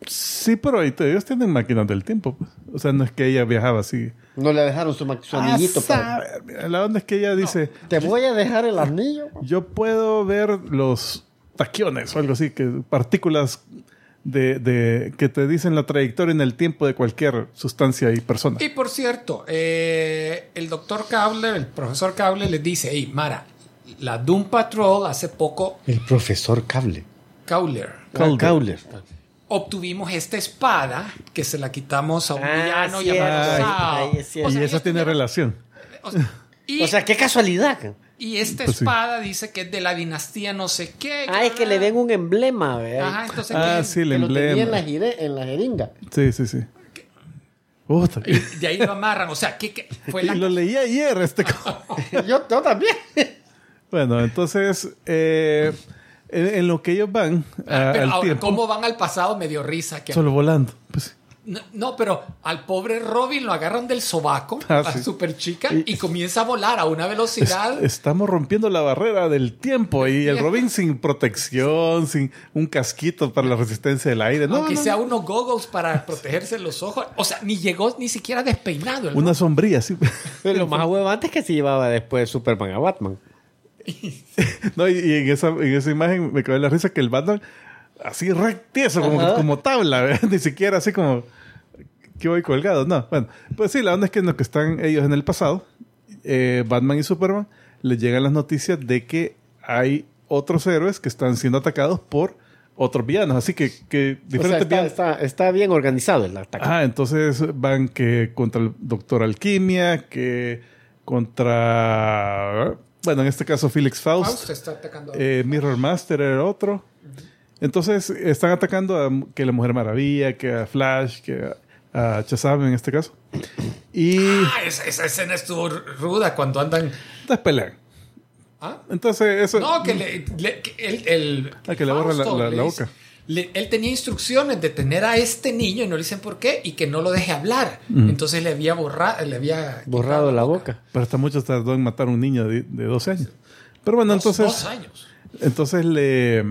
S3: Sí, pero ahí te- ellos tienen máquinas del tiempo. pues. O sea, no es que ella viajaba así.
S2: no le dejaron su, ma- su anillito.
S3: A
S4: pues.
S2: para-
S3: saber, mira, la onda es que ella dice,
S2: Te voy a dejar el anillo.
S3: yo puedo ver los taquiones o algo así, que partículas de, de- que te dicen la trayectoria en el tiempo de cualquier sustancia y persona.
S4: Y por cierto, eh, el doctor Cable, el profesor Cable, les dice: Hey, Mara, la Doom Patrol hace poco,
S2: El profesor Cable.
S4: Cowler,
S3: Calder.
S2: Cowler.
S4: obtuvimos esta espada que se la quitamos a un
S2: Ah,
S4: villano
S2: cierto.
S4: llamado Zao.
S2: Ahí es cierto.
S4: O
S3: Y
S4: sea,
S3: eso
S4: ellos
S3: tiene
S4: tuvieron-
S3: relación.
S4: o sea, y,
S2: O sea, qué casualidad.
S4: y esta
S3: Pues sí.
S4: espada dice que es de la dinastía no sé qué.
S2: Ah, es que le den un emblema, ¿verdad?
S4: Ajá, entonces.
S3: Ah,
S4: que-
S3: sí, el
S2: que lo tenía en la,
S3: emblema.
S2: jire- en la jeringa.
S3: Sí, sí, sí. Puta.
S4: y De ahí lo amarran. O sea, que, que fue
S3: Y
S4: la.
S3: lo leí ayer este. co-
S2: Yo, yo también.
S3: bueno, entonces, eh, en, en lo que ellos van a-
S4: Ah, Pero
S3: al
S4: ahora,
S3: tiempo,
S4: ¿cómo van al pasado? Me dio risa. Que,
S3: solo volando. Pues sí.
S4: no, no, pero al pobre Robin lo agarran del sobaco,
S3: Ah,
S4: a
S3: sí.
S4: super chica, y comienza a volar a una velocidad.
S3: Estamos rompiendo la barrera del tiempo y el Robin sin protección, sin un casquito para la resistencia del aire. No,
S4: aunque
S3: no,
S4: sea
S3: no.
S4: unos goggles para protegerse los ojos. O sea, ni llegó ni siquiera despeinado. el
S3: una sombrilla, sí.
S2: Pero lo más huevante es que se llevaba después Superman a Batman.
S3: No, y, y en, esa, en esa imagen me cae la risa que el Batman así rectieso, como,
S2: Ajá.
S3: como tabla, ¿verdad? ni siquiera así como que voy colgado. No, bueno, pues sí, la onda es que en lo que están ellos en el pasado, eh, Batman y Superman, les llegan las noticias de que hay otros héroes que están siendo atacados por otros villanos. Así que, que
S2: O sea,
S3: diferentes
S2: está,
S3: villanos.
S2: está, está bien organizado el ataque.
S3: Ah, entonces van que contra el Doctor Alquimia, que contra. Bueno, en este caso, Felix Faust.
S4: Faust está atacando.
S3: Eh, Mirror Master era otro. Entonces están atacando a que la Mujer Maravilla, que a Flash, que a, a Shazam en este caso. Y
S4: Ah, esa, esa escena estuvo ruda cuando andan.
S3: entonces pelean.
S4: ¿Ah?
S3: Entonces eso...
S4: No, que le, le- que el, el-
S3: Ah, que le borra la- la-
S4: le
S3: la
S4: dice-
S3: boca.
S4: le- él tenía instrucciones de tener a este niño y no le dicen por qué y que no lo deje hablar. Entonces le había borrado, le había
S2: Borrado
S4: quitado
S2: la boca.
S3: Pero hasta mucho tardó en matar a un niño de, de 12 años. Pero bueno,
S4: Dos-
S3: entonces...
S4: dos años.
S3: Entonces le.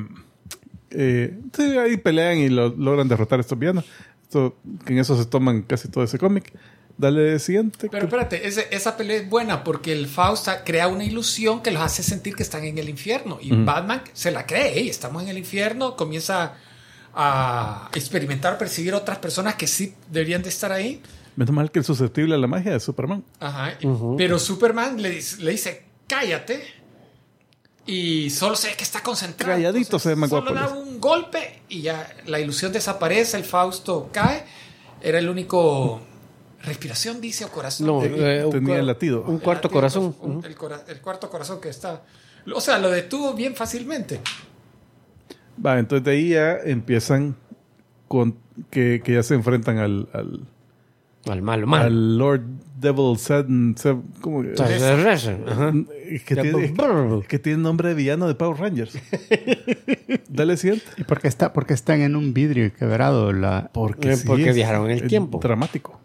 S3: eh, sí, ahí pelean y lo- logran derrotar a estos villanos. Esto, que en eso se toman casi todo ese cómic. Dale siguiente.
S4: Pero espérate, ese- esa pelea es buena porque el Fausta crea una ilusión que los hace sentir que están en el infierno. Y Batman se la cree, "Ey, estamos en el infierno, comienza a experimentar, percibir otras personas que sí deberían de estar ahí.
S3: Menos mal que el susceptible a la magia de Superman.
S4: Ajá. Pero Superman le, dice- le dice, cállate. Y solo se ve que está concentrado.
S3: Calladito se ve más
S4: Solo
S3: guapo,
S4: da
S3: le
S4: un golpe y ya la ilusión desaparece, el Fausto cae. Era el único... Respiración, dice, o corazón.
S2: No,
S3: Tenía
S2: eh, un
S3: el
S2: cua-
S3: latido.
S2: Un cuarto
S4: Latido,
S2: corazón.
S4: pues, un-
S2: Ujú.
S4: el, cora- el cuarto corazón que está. O sea, lo detuvo bien fácilmente.
S3: Va, entonces de ahí ya empiezan con que, que ya se enfrentan al, al,
S2: Al malo, malo.
S3: al Lord Devil Seven. Seven- ¿cómo que?
S2: Ajá.
S3: Es que, tiene, es que- es que tiene nombre de villano de Power Rangers. Dale siguiente.
S7: ¿Y por qué, está, por qué están en un vidrio quebrado? La...
S3: Porque,
S2: Eh,
S3: sí
S2: porque
S3: es
S2: viajaron en el
S3: eh,
S2: tiempo. Mm.
S3: Dramático.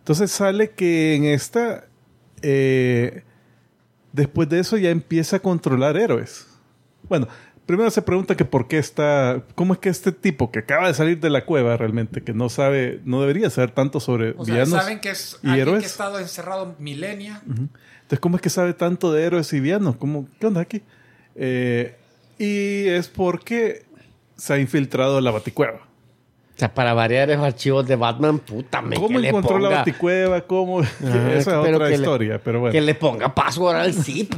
S3: Entonces sale que en esta. eh, después de eso ya empieza a controlar héroes. Bueno, primero se pregunta que por qué está. ¿Cómo es que este tipo que acaba de salir de la cueva realmente, que no sabe, no debería saber tanto sobre
S4: O sea,
S3: villanos?
S4: saben que es
S3: y
S4: alguien
S3: héroes.
S4: que ha estado encerrado milenia.
S3: Entonces, ¿cómo es que sabe tanto de héroes y villanos? ¿Cómo, ¿Qué onda aquí? Eh, y es porque se ha infiltrado la baticueva.
S2: O sea, para variar esos archivos de Batman, puta, me
S3: ¿Cómo
S2: que le
S3: encontró la
S2: ponga-
S3: baticueva? ¿Cómo?
S2: Ajá,
S3: Esa es
S2: pero
S3: otra
S2: que le-
S3: historia, pero bueno.
S2: Que le ponga password al zip.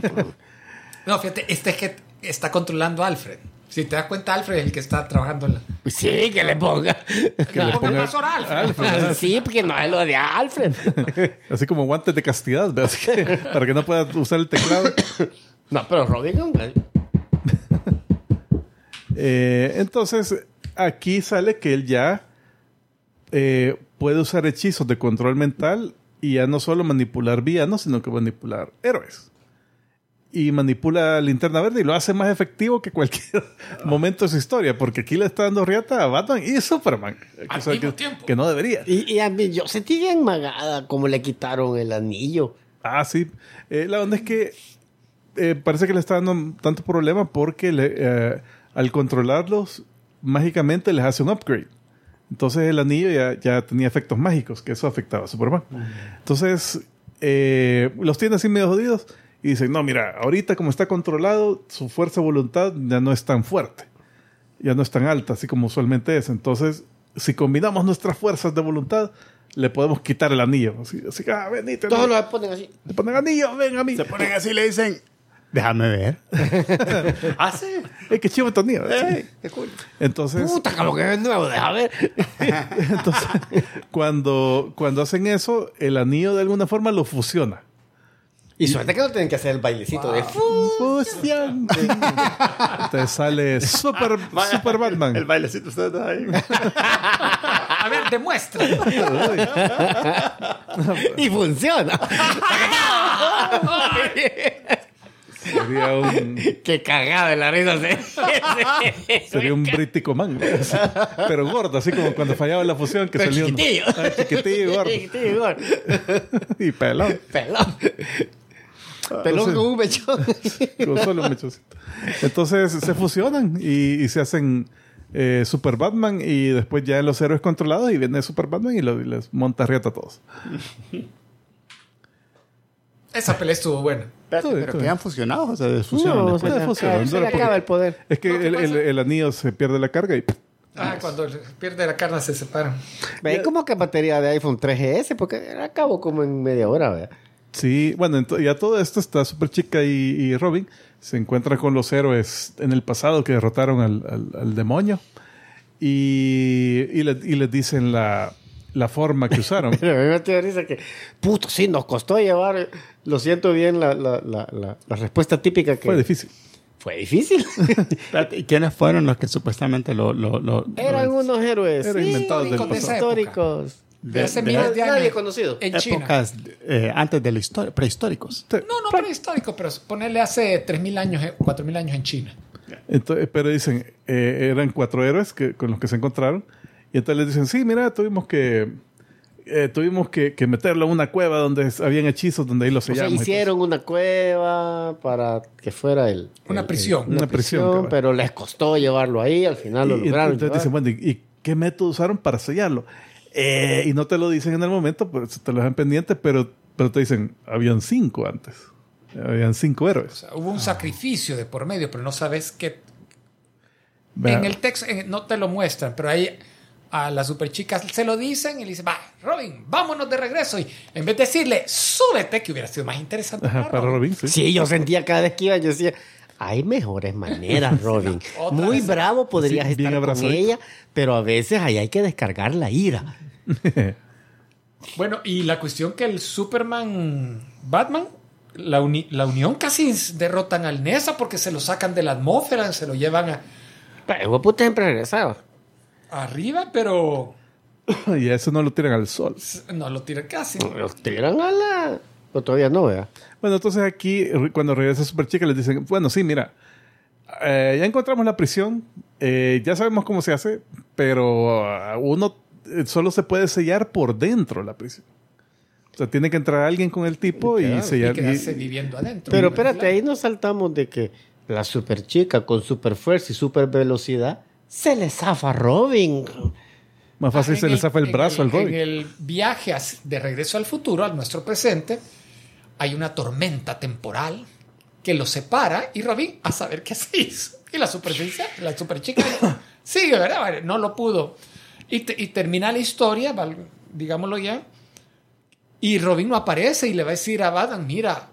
S4: No, fíjate, este es que está controlando a Alfred. Si te das cuenta, Alfred es el que está trabajando. en la-
S2: sí, que le ponga.
S4: Ponga el paso a Alfred.
S2: al zip, que no es lo de Alfred.
S3: Así como guantes de castidad, ¿verdad? Así que, para que no pueda usar el teclado.
S2: No, pero Robin es un gallo.
S3: Eh, entonces, aquí sale que él ya eh, puede usar hechizos de control mental y ya no solo manipular villanos, sino que manipular héroes. Y manipula a linterna verde y lo hace más efectivo que cualquier momento de su historia, porque aquí le está dando riata a Batman y Superman.
S4: Al
S3: Cosa
S4: mismo
S3: que,
S4: tiempo.
S3: que no debería.
S2: Y, y a mí, yo sentí bien magada como le quitaron el anillo.
S3: Ah, sí. Eh, la onda es que eh, parece que le está dando tanto problema porque le, eh, al controlarlos, mágicamente les hace un upgrade. Entonces el anillo ya, ya tenía efectos mágicos, que eso afectaba a Superman. Entonces eh, los tiene así medio jodidos y dicen, no, mira, ahorita como está controlado, su fuerza de voluntad ya no es tan fuerte, ya no es tan alta, así como usualmente es. Entonces, si combinamos nuestras fuerzas de voluntad, le podemos quitar el anillo. Así, así que, ah, venite.
S2: Todos
S3: ¿no?
S2: lo ponen así.
S3: Te ponen anillo, ven a mí.
S7: Se ponen así y le dicen, déjame ver.
S2: Ah, sí.
S3: ¡Ey, qué chivo tu anillo! Sí. Entonces,
S2: Puta, como que es nuevo, deja ver.
S3: entonces cuando, cuando hacen eso, el anillo de alguna forma lo fusiona.
S2: Y suerte que no tienen que hacer el bailecito de
S3: Fusión. Te sale super, super Batman.
S7: bailecito está ahí.
S4: A ver, demuestra.
S2: Y funciona.
S3: Sería un,
S2: Qué cagada la risa.
S3: sería un brítico man. Pero gordo, así como cuando fallaba la fusión que
S2: Pero
S3: salía un-
S2: chiquitillo.
S3: Ah, chiquitillo y gordo.
S2: Chiquitillo, gordo.
S3: Y pelón.
S2: Pelón. Pelón
S3: Entonces-
S2: con un mechón.
S3: Con solo un mechoncito. Entonces se fusionan y, y se hacen eh, Super Batman y después ya los héroes controlados y viene Super Batman y, lo- y les monta riata a todos.
S4: Esa pelea estuvo buena.
S3: Todo bien,
S7: Pero
S3: todo
S7: quedan
S3: bien.
S7: fusionados, o sea, desfusionan.
S2: No,
S5: pues.
S7: después.
S2: se le-
S3: fusionan,
S2: se le
S3: dura poco.
S2: acaba el poder.
S3: Es que
S4: No, ¿qué
S3: el, el-
S4: pasa?
S3: el anillo se pierde la carga y
S4: Ah, cuando le- pierde la carne se separan.
S2: Ve como que batería de iPhone 3GS, porque acabo como en media hora, vea.
S3: Sí, bueno, ento- y a todo esto está Super Chica y, y Robin. Se encuentran con los héroes en el pasado que derrotaron al, al- al demonio. Y, y, le- y les dicen la, la forma que usaron.
S2: Pero a mí me tiene risa que, puto, sí, nos costó llevar. Lo siento bien, la, la, la, la, la respuesta típica que.
S3: Fue difícil.
S2: Fue difícil.
S5: Espérate, ¿y ¿Quiénes fueron los que supuestamente lo... lo, lo-
S2: Eran
S5: lo-
S2: unos héroes.
S3: Era
S2: sí,
S3: inventado del
S2: históricos.
S4: pasado.
S3: pues.
S2: Históricos.
S4: De, hace
S5: de-
S4: miles de años.
S2: Nadie conocido.
S4: En China.
S5: épocas eh, antes de la historia, prehistóricos.
S4: No, no prehistórico, pero ponerle hace 3.000 años, eh, 4.000 años en China.
S3: Entonces, pero dicen, eh, eran cuatro héroes que, con los que se encontraron. Y entonces les dicen, sí, mira, tuvimos que eh, tuvimos que, que meterlo en una cueva donde es- habían hechizos, donde ahí lo
S2: O sea,
S3: sellamos. y todo
S2: hicieron una cueva para que fuera el.
S4: Una
S2: el-
S4: prisión.
S2: Una,
S3: Una prisión,
S2: prisión,
S3: cabal.
S2: pero les costó llevarlo ahí. Al final lo
S3: Y
S2: lograron.
S3: entonces dicen,
S2: llevar.
S3: bueno, ¿y- ¿y qué método usaron para sellarlo? Eh, y no te lo dicen en el momento, pues te lo dejan pendiente, pero, pero te dicen, habían cinco antes. Habían cinco
S4: O
S3: héroes.
S4: sea, hubo un sacrificio de por medio, pero no sabes qué.
S3: Vea,
S4: En el texto en- no te lo muestran, pero ahí a las superchicas se lo dicen y le dicen, va, Robin, vámonos de regreso. Y en vez de decirle, súbete, que hubiera sido más interesante.
S3: ajá, para Robin, sí.
S2: Sí, yo sentía cada vez que iba, yo decía, hay mejores maneras, Robin.
S4: Otra
S2: Muy
S4: vez.
S2: bravo podrías
S3: Sí, bien
S2: estar con
S3: abrazadito.
S2: ella, pero a veces ahí hay que descargar la ira.
S4: Bueno, y la cuestión que el Superman, Batman, la, uni- la unión casi s- derrotan al Nesa porque se lo sacan de la atmósfera, se lo llevan a-
S2: Pero el hueputa siempre regresaba.
S4: arriba, pero
S3: y a eso no lo tiran al sol.
S4: s- no lo tiran casi.
S2: Los tiran a la... Pero todavía no, ¿verdad?
S3: Bueno, entonces aquí, re- cuando regresa Superchica, les dicen, bueno, sí, mira, eh, ya encontramos la prisión, eh, ya sabemos cómo se hace, pero ah, uno eh, solo se puede sellar por dentro la prisión. O sea, tiene que entrar alguien con el tipo y,
S4: Y
S3: sellar. y-
S4: quedarse viviendo adentro.
S2: Pero
S4: Claro.
S2: espérate, ahí nos saltamos de que la super chica con super fuerza y super velocidad se le zafa a Robin.
S3: Más fácil
S4: Ah, En
S3: se le zafa el
S4: en
S3: brazo al Robin.
S4: En el viaje as- de regreso al futuro, al nuestro presente, hay una tormenta temporal que los separa y Robin a saber qué se hizo. Y la superchica, la superchica sigue, ¿verdad? Vale, No lo pudo. Y, te- y termina la historia, val- digámoslo ya, y Robin no aparece y le va a decir a Batman, mira,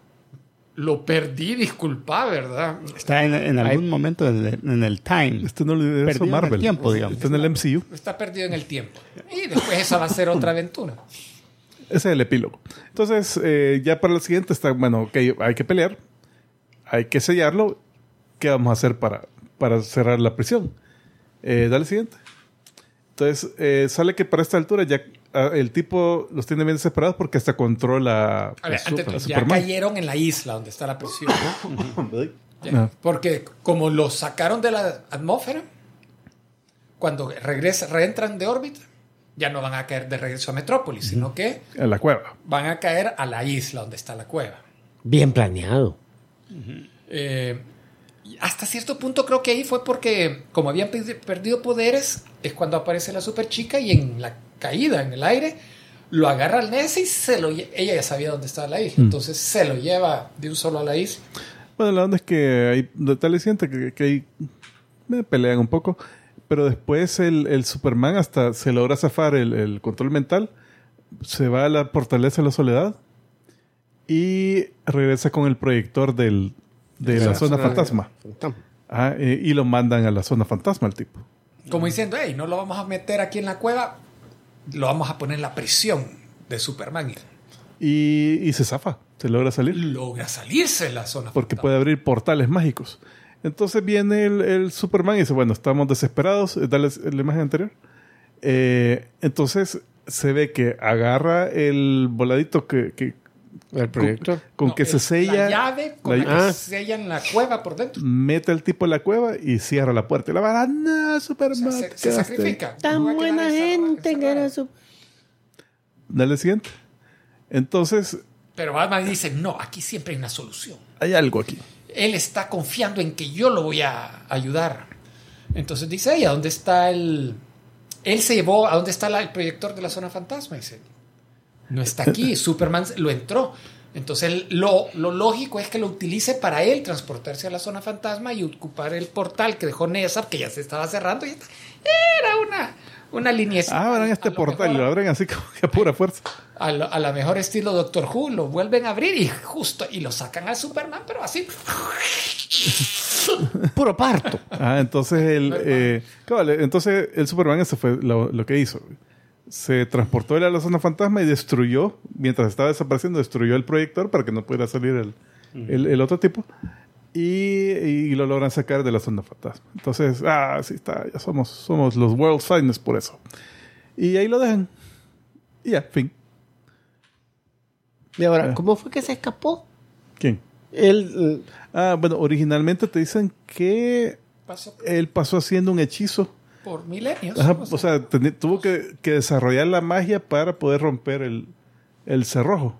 S4: lo perdí, disculpa, ¿verdad?
S5: Está en, en algún momento en el, en el time.
S3: Este no lo hizo
S5: Perdido en el
S3: Marvel.
S5: tiempo, digamos.
S3: Está en el MCU.
S4: Está perdido en el tiempo. Y después esa va a ser otra aventura.
S3: Ese es el epílogo. Entonces, eh, ya para la siguiente está, bueno, ok, hay que pelear, hay que sellarlo. ¿Qué vamos a hacer para, para cerrar la prisión? Eh, dale siguiente. Entonces, eh, sale que para esta altura ya ah, el tipo los tiene bien desesperados porque hasta controla
S4: A ver,
S3: a
S4: antes de todo, ya
S3: Superman.
S4: cayeron en la isla donde está la prisión. Ya,
S3: Ah.
S4: Porque como los sacaron de la atmósfera, cuando regresan, reentran de órbita, ya no van a caer de regreso a Metrópolis, sino que
S3: A la cueva.
S4: van a caer a la isla donde está la cueva.
S2: Bien planeado.
S4: Eh, y hasta cierto punto creo que ahí fue porque como habían pe- perdido poderes, es cuando aparece la super chica y en la caída, en el aire, lo agarra al Nessie y se lo lle- ella ya sabía dónde estaba la
S3: Mm.
S4: isla, entonces se lo lleva de un solo a la isla.
S3: Bueno, la onda es que hay detalles siente que, que ahí me pelean un poco, pero después el, el Superman hasta se logra zafar el, el control mental, se va a la fortaleza de la soledad y regresa con el proyector del, de la, zona fantasma. Ah, eh, y lo mandan a la zona fantasma al tipo.
S4: Como
S3: Mm.
S4: diciendo, hey, no lo vamos a meter aquí en la cueva, lo vamos a poner en la prisión de Superman. Y
S3: Y, y se zafa, se logra salir.
S4: logra salirse de la zona.
S3: porque puede
S4: fantasma.
S3: abrir portales mágicos. Entonces viene el, el Superman y dice, bueno, estamos desesperados, eh, dale la imagen anterior. Eh, entonces se ve que agarra el voladito que, que-
S2: El proyector.
S3: con
S4: No,
S3: que se
S4: es
S3: sella,
S4: La llave con
S3: la-
S4: la, que
S2: Ah.
S4: sellan la cueva por dentro.
S3: mete al tipo en la cueva y cierra la puerta. Y la vara, no,
S4: O
S3: Superman.
S4: sea, se,
S3: te
S4: se
S3: quedaste".
S4: sacrifica.
S2: Tan
S4: No va a quedar
S2: buena
S4: encerrado,
S2: gente que
S4: encerrado.
S2: era su...
S3: Dale siguiente. Entonces
S4: Pero Batman dice, no, aquí siempre hay una solución.
S3: hay algo aquí.
S4: Él está confiando en que yo lo voy a ayudar. Entonces dice, hey, ¿a dónde está el...? Él se llevó, ¿a dónde está la- el proyector de la zona fantasma? Dice, no está aquí, Superman lo entró. Entonces él- lo, lo lógico es que lo utilice para él transportarse a la zona fantasma y ocupar el portal que dejó Nessa, que ya se estaba cerrando. Y era una, una liniecita.
S3: Abran este
S4: A lo
S3: portal y
S4: mejor-
S3: lo abren así como que a pura fuerza.
S4: a lo, a la mejor estilo Doctor Who, lo vuelven a abrir y justo, y lo sacan al Superman, pero así.
S2: Puro parto.
S3: Ah, entonces el, eh, cabal, entonces el Superman eso fue lo, lo que hizo. Se transportó él a la zona fantasma y destruyó, mientras estaba desapareciendo, destruyó el proyector para que no pudiera salir el, el- el otro tipo. Y, y lo logran sacar de la zona fantasma. Entonces, ah, sí está, ya somos, somos los World Finest por eso. Y ahí lo dejan. Y ya, fin.
S2: Y
S3: Eh.
S2: ahora, ¿cómo fue que se escapó?
S3: ¿Quién?
S2: Él, eh,
S3: Ah, bueno, originalmente te dicen que
S4: Pasó
S3: él pasó haciendo un hechizo.
S4: por milenios.
S3: Ajá,
S4: O sea,
S3: o sea, teni- tuvo que, que desarrollar la magia para poder romper el, el cerrojo.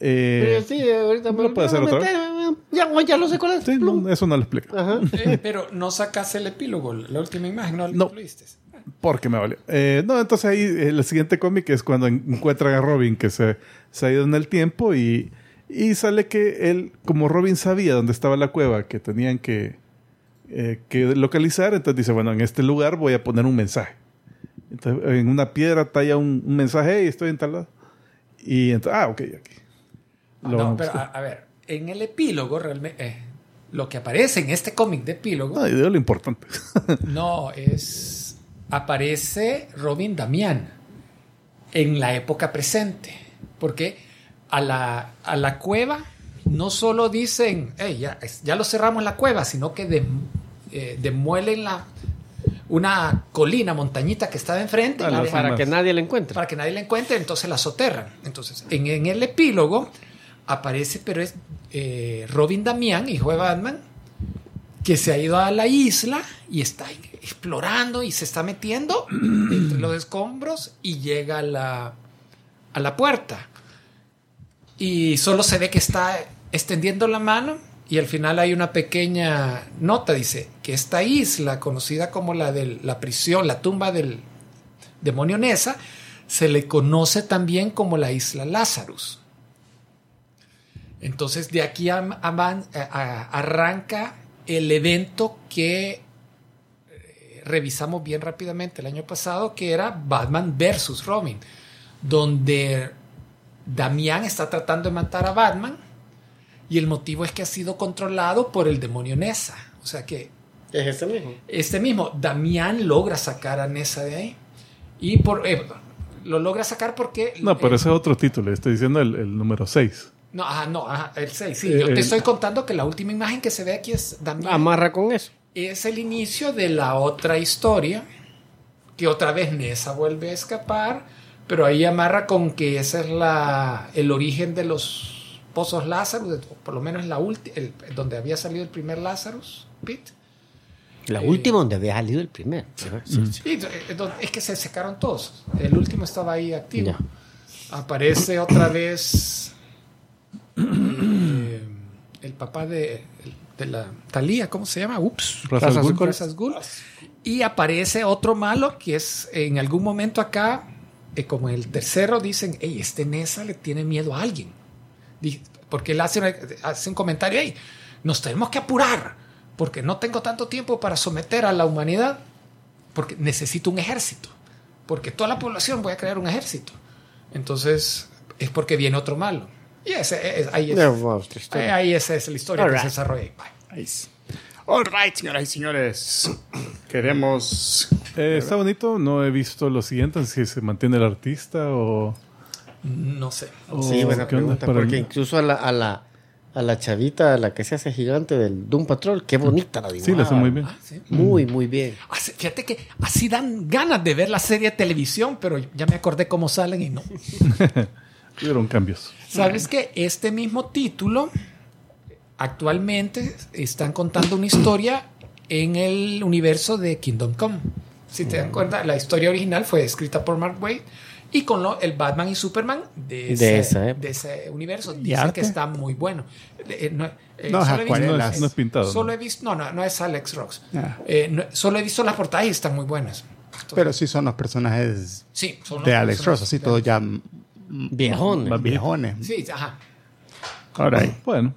S3: Eh,
S2: pero sí, ahorita
S3: ¿no lo puede hacer otra vez?
S2: Ya, güey, ya lo sé cuál es.
S3: sí,
S2: Plum. Ah,
S3: no, eso no lo explico.
S2: Ajá.
S4: eh, pero no sacas el epílogo, la última imagen, no,
S3: No.
S4: lo viste.
S3: Porque me vale. Eh, no, entonces ahí eh, el siguiente cómic es cuando en- encuentran a Robin que se, se ha ido en el tiempo y, y sale que él, como Robin sabía dónde estaba la cueva que tenían que, eh, que localizar, entonces dice, bueno, en este lugar voy a poner un mensaje. Entonces en una piedra talla un, un mensaje, hey, estoy en tal lado. Y entonces, ah, ok, aquí.
S4: Ah,
S3: Lo
S4: no,
S3: vamos
S4: pero
S3: a-
S4: a, a ver, en el epílogo realmente. eh, lo que aparece en este cómic de epílogo
S3: No, yo digo lo importante.
S4: no es. Aparece Robin Damián en la época presente. Porque a la, a la cueva no solo dicen, "Ey, ya, es- ya lo cerramos la cueva, sino que de- eh, demuelen la, una colina, montañita que estaba enfrente
S3: Ah,
S4: y la
S3: la
S4: dejan-
S3: zona.
S2: Para que nadie la encuentre.
S4: para que nadie la encuentre, entonces la soterran. Entonces, en, en el epílogo aparece, pero es eh, Robin Damián, hijo de Batman, que se ha ido a la isla y está en- explorando y se está metiendo entre los escombros y llega a la, a la puerta. Y solo se ve que está extendiendo la mano y al final hay una pequeña nota, dice, que esta isla, conocida como la de la prisión, la tumba del demonio Nesa, se le conoce también como la isla Lazarus. Entonces de aquí am- aman- a- a- arranca el evento que eh, revisamos bien rápidamente el año pasado, que era Batman versus Robin, donde Damián está tratando de matar a Batman y el motivo es que ha sido controlado por el demonio Nessa. O sea que
S2: Es ese mismo.
S4: este mismo, Damián logra sacar a Nessa de ahí. Y por, eh, lo logra sacar porque...
S3: No, pero
S4: eh,
S3: ese es otro título. Estoy diciendo el, el número 6.
S4: No, ajá, no, ajá, el 6. Sí,
S3: Eh,
S4: yo te
S3: el- Ah,
S4: estoy contando que la última imagen que se ve aquí es Damián.
S2: Amarra con eso.
S4: es el inicio de la otra historia. Que otra vez Nessa vuelve a escapar. Pero ahí amarra con que ese es la, el origen de los pozos Lázaro. de- Por lo menos la ulti- el- donde había salido el primer Lazarus Pit.
S2: La
S4: Eh.
S2: última donde había salido el primer.
S4: Sí, eh, don- es que se secaron todos. El último estaba ahí activo.
S2: Ya.
S4: Aparece otra vez eh, el papá de, de la Talía, ¿cómo se llama? Ups.
S3: Ra's al Ghul.
S4: Ra's al Ghul. Y aparece otro malo que es en algún momento acá, eh, como en el tercero, dicen, hey, este Nesa le tiene miedo a alguien. Di- Porque él hace, una- hace un comentario, hey, nos tenemos que apurar, porque no tengo tanto tiempo para someter a la humanidad, porque necesito un ejército, porque toda la población voy a crear un ejército. Entonces, es porque viene otro malo. Y ese, es- ahí, es,
S2: No, wow, otra
S4: ahí,
S2: historia.
S4: ahí esa es la historia que
S5: Alright.
S4: se desarrolla. Bye.
S5: All right, señoras y señores. Queremos.
S3: Eh, está bonito. No he visto lo siguiente. Si se mantiene el artista o...
S4: No sé.
S3: o
S2: Sí, buena
S3: Oh, qué onda
S2: pregunta.
S3: para-
S2: Porque incluso a la, a la, a la chavita, a la que se hace gigante del Doom Patrol, qué bonita la dibujaba.
S3: Sí, le hace muy bien.
S4: Ah, sí.
S2: Muy, muy bien.
S4: Así- Fíjate que así dan ganas de ver la serie de televisión, pero ya me acordé cómo salen y no.
S3: Hubieron cambios.
S4: Sabes que este mismo título actualmente están contando una historia en el universo de Kingdom Come. Si te dan
S2: Mm.
S4: cuenta, la historia original fue escrita por Mark Waid y con lo- el Batman y Superman de
S2: De
S4: ese,
S2: esa época.
S4: de ese universo. Dicen
S5: arte?
S4: que está muy bueno. Eh, no, eh,
S5: No, es
S4: solo he visto-
S5: acuarela,
S3: No es, no es pintado. ¿no?
S4: Solo he visto, no, no, no es Alex Rocks.
S5: Ah.
S4: Eh, no- solo he visto las portadas y están muy buenas.
S7: Pero sí son los personajes
S4: Sí, son los
S7: de Alex
S4: personajes
S7: Ross, así
S4: de-
S7: todos ya
S2: Viejón.
S7: viejones.
S4: Sí, ajá.
S5: All right.
S3: Bueno.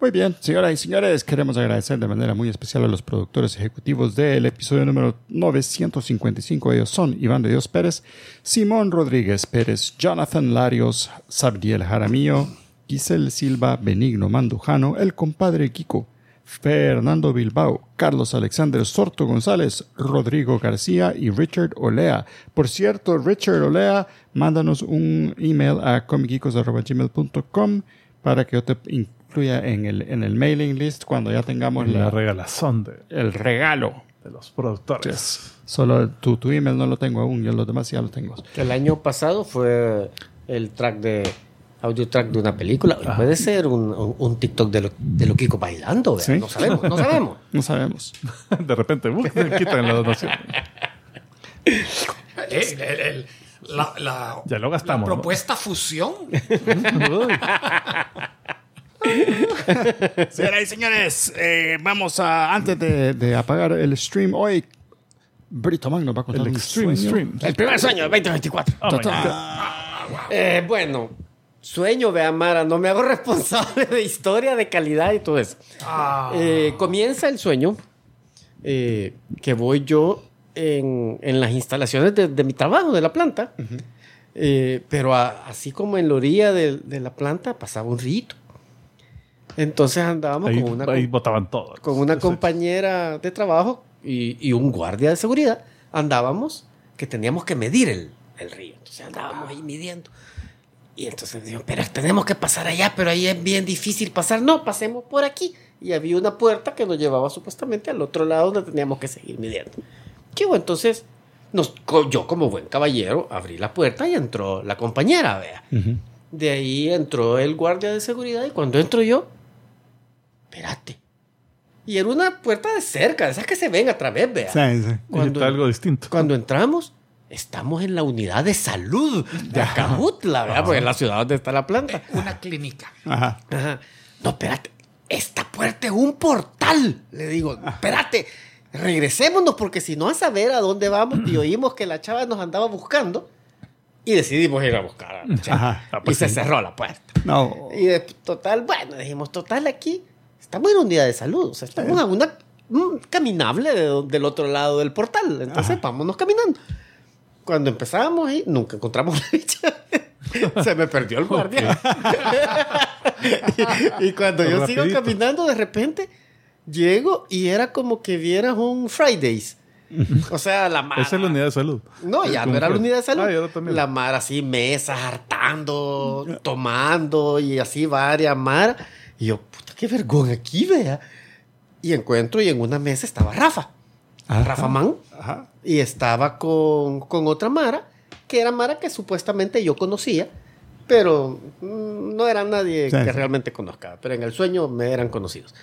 S1: Muy bien, señoras y señores, queremos agradecer de manera muy especial a los productores ejecutivos del episodio número 955. Ellos son Iván de Dios Pérez, Simón Rodríguez Pérez, Jonathan Larios, Sabdiel Jaramillo, Giselle Silva, Benigno Mandujano, el compadre Kiko, Fernando Bilbao, Carlos Alexander Sorto González, Rodrigo García y Richard Olea. Por cierto, Richard Olea, mándanos un email a comicicos.gmail.com para que yo te incluya en el, en el mailing list cuando ya tengamos
S3: La
S1: la-
S3: regalazón de,
S1: el regalo.
S3: de los productores.
S1: Solo tu, tu email no lo tengo aún, yo los demás ya lo tengo.
S2: Que el año pasado fue el track de audio track de una película. Puede ser un, un- un TikTok de lo, de lo Kiko bailando, ¿verdad?
S1: Sí.
S2: No sabemos, no sabemos.
S1: No sabemos.
S3: De repente, ¡buc! le quitan la donación.
S4: El- Eh, el- el- la, la-
S3: Ya lo gastamos,
S4: la
S3: ¿no?
S4: propuesta fusión.
S1: Señoras y señores, eh, vamos a, antes de, de apagar el stream hoy, Brito Magno va a contar
S3: El
S1: un
S3: Extreme
S1: sueño.
S3: Stream.
S2: El primer sueño del 2024.
S3: Oh my
S1: Total.
S3: God.
S2: Eh, bueno, sueño, vea, Mara. No me hago responsable de historia, de calidad y todo eso.
S4: Ah,
S2: Eh, comienza el sueño eh, que voy yo en, en las instalaciones de, de mi trabajo, de la planta. Eh, pero a- así como en la orilla de, de la planta pasaba un rito. Entonces andábamos
S3: Ahí,
S2: con una,
S3: ahí
S2: com-
S3: botaban todo.
S2: con una
S3: Ese-
S2: compañera de trabajo y, y un guardia de seguridad. Andábamos que teníamos que medir el, el río. Entonces andábamos ahí midiendo. Y entonces digo, pero tenemos que pasar allá, pero ahí es bien difícil pasar. No, pasemos por aquí. Y había una puerta que nos llevaba supuestamente al otro lado donde teníamos que seguir midiendo. Chivo, entonces nos, co- yo como buen caballero abrí la puerta y entró la compañera, vea. De ahí entró el guardia de seguridad y cuando entro yo, espérate. Y era una puerta de cerca, de esas que se ven a través, vea.
S1: Sí, sí.
S3: Está
S2: Cuando-
S3: algo distinto.
S2: cuando entramos, estamos en la unidad de salud de Acajutla, ¿verdad? Porque es la ciudad donde está la planta.
S4: una clínica.
S1: Ajá.
S2: Ajá. No, espérate. Esta puerta es un portal. Le digo, espérate. Regresémonos porque si no a saber a dónde vamos y oímos que la chava nos andaba buscando y decidimos ir a buscar a la chava.
S1: Ajá.
S3: Ah,
S2: Y
S3: pues
S2: se
S3: sí.
S2: cerró la puerta.
S1: No.
S2: Y de- total, bueno, dijimos, total, aquí estamos en unidad de salud. O sea, estamos a una mm, caminable de do- del otro lado del portal. Entonces, vámonos caminando. Cuando empezamos y nunca encontramos la bicha. Se me perdió el guardia. y, y cuando yo sigo
S3: Rapidito.
S2: caminando, de repente llego y era como que vieras un Fridays. O sea, la mara.
S3: Esa es la unidad de salud.
S2: Ah. No, ya no era la unidad de salud.
S3: Ah, y ahora también.
S2: La mar así, mesas, hartando, tomando y así varias mar. Y yo, puta, qué vergón aquí, vea. Y encuentro y en una mesa estaba Rafa. Rafa Man.
S1: Ajá.
S2: Y estaba con, con otra Mara, que era Mara que supuestamente yo conocía, pero mm, no era nadie
S1: Sí,
S2: que
S1: sí.
S2: realmente conozca. Pero en el sueño me eran conocidos.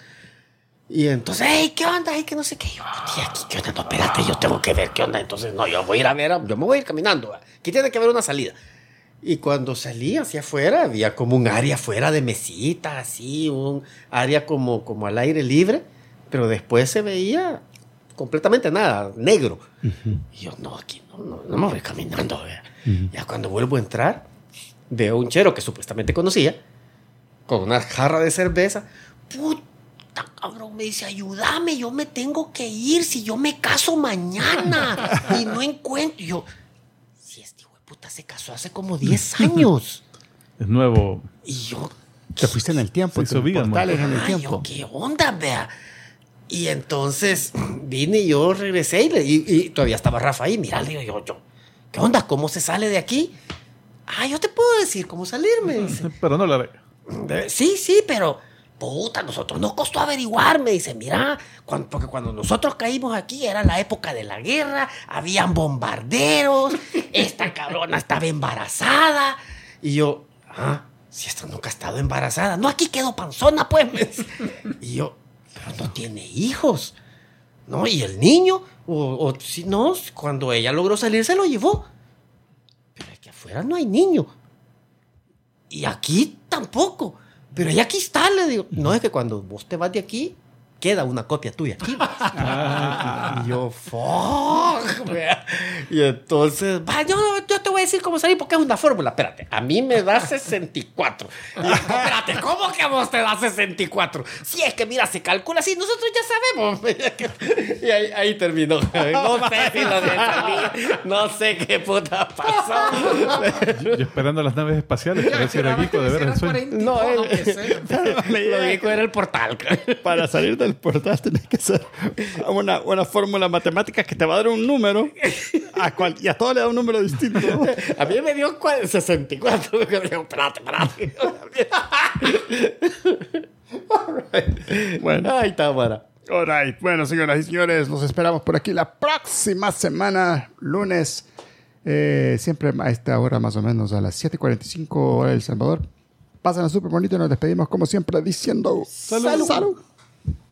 S2: Y entonces, hey, ¿qué onda? Hey, que no sé qué. Y Yo, tía, aquí, ¿qué onda? No, espérate, yo tengo que ver qué onda. Entonces, no, yo voy a ir a ver, a- yo me voy a ir caminando. Aquí tiene que haber una salida. Y cuando salí hacia afuera, había como un área afuera de mesita, así, un área como, como al aire libre, pero después se veía completamente nada, negro. Y yo, no, aquí no, no, no me voy caminando. vea. Ya cuando vuelvo a entrar, veo un chero que supuestamente conocía, con una jarra de cerveza. Puta, cabrón, me dice, ayúdame, yo me tengo que ir si yo me caso mañana y no encuentro. Y yo, si este hijo de puta se casó hace como 10 años.
S3: Es nuevo.
S2: Y yo,
S1: Te fuiste en el tiempo.
S3: Se
S1: entre los
S3: subían,
S1: portales en el
S2: "Ay, yo,
S1: tiempo.
S2: ¿qué onda, vea? Y entonces vine y yo regresé y, le- y- y todavía estaba Rafa ahí. Mira, le digo yo, yo, ¿qué onda? ¿Cómo se sale de aquí? Ah, yo te puedo decir cómo salirme. dice.
S3: Pero no la ve.
S2: De- Sí, sí, pero puta, nosotros nos costó averiguar, me dice, mira, cuan- porque cuando nosotros caímos aquí era la época de la guerra, habían bombarderos, esta cabrona estaba embarazada, y yo, ah, si esta nunca ha estado embarazada, no, aquí quedó panzona, pues, me dice. y yo, pero no tiene hijos, ¿no? Y el niño, o, o si no, cuando ella logró salir se lo llevó, pero es que afuera no hay niño. Y aquí tampoco. Pero ella aquí está, le digo. No, es que cuando vos te vas de aquí, queda una copia tuya aquí. y yo, fuck. vea. Y entonces, va, yo, yo te voy voy a decir cómo salir porque es una fórmula. Espérate, a mí me da 64. Y, no, espérate, ¿cómo que a vos te da 64? Si es que mira, se calcula así, nosotros ya sabemos. Y ahí, ahí terminó. No sé si lo de salida, No sé qué puta pasó.
S3: Yo esperando las naves espaciales para decir a Kiko de ver el sueño.
S2: No,
S4: No,
S2: él- Lo único era el portal.
S1: Para salir del portal tenés que hacer una, una fórmula matemática que te va a dar un número a cual- y a todo le da un número distinto.
S2: A mí me dio cua- 64. Me dijo, espérate, espérate.
S1: Bueno,
S2: Ay, Tamara.
S1: all right. bueno señoras y señores, los esperamos por aquí la próxima semana, lunes, eh, siempre a esta hora más o menos, a las 7.45 hora de El Salvador. Pasan súper bonito y nos despedimos como siempre diciendo
S2: Salud.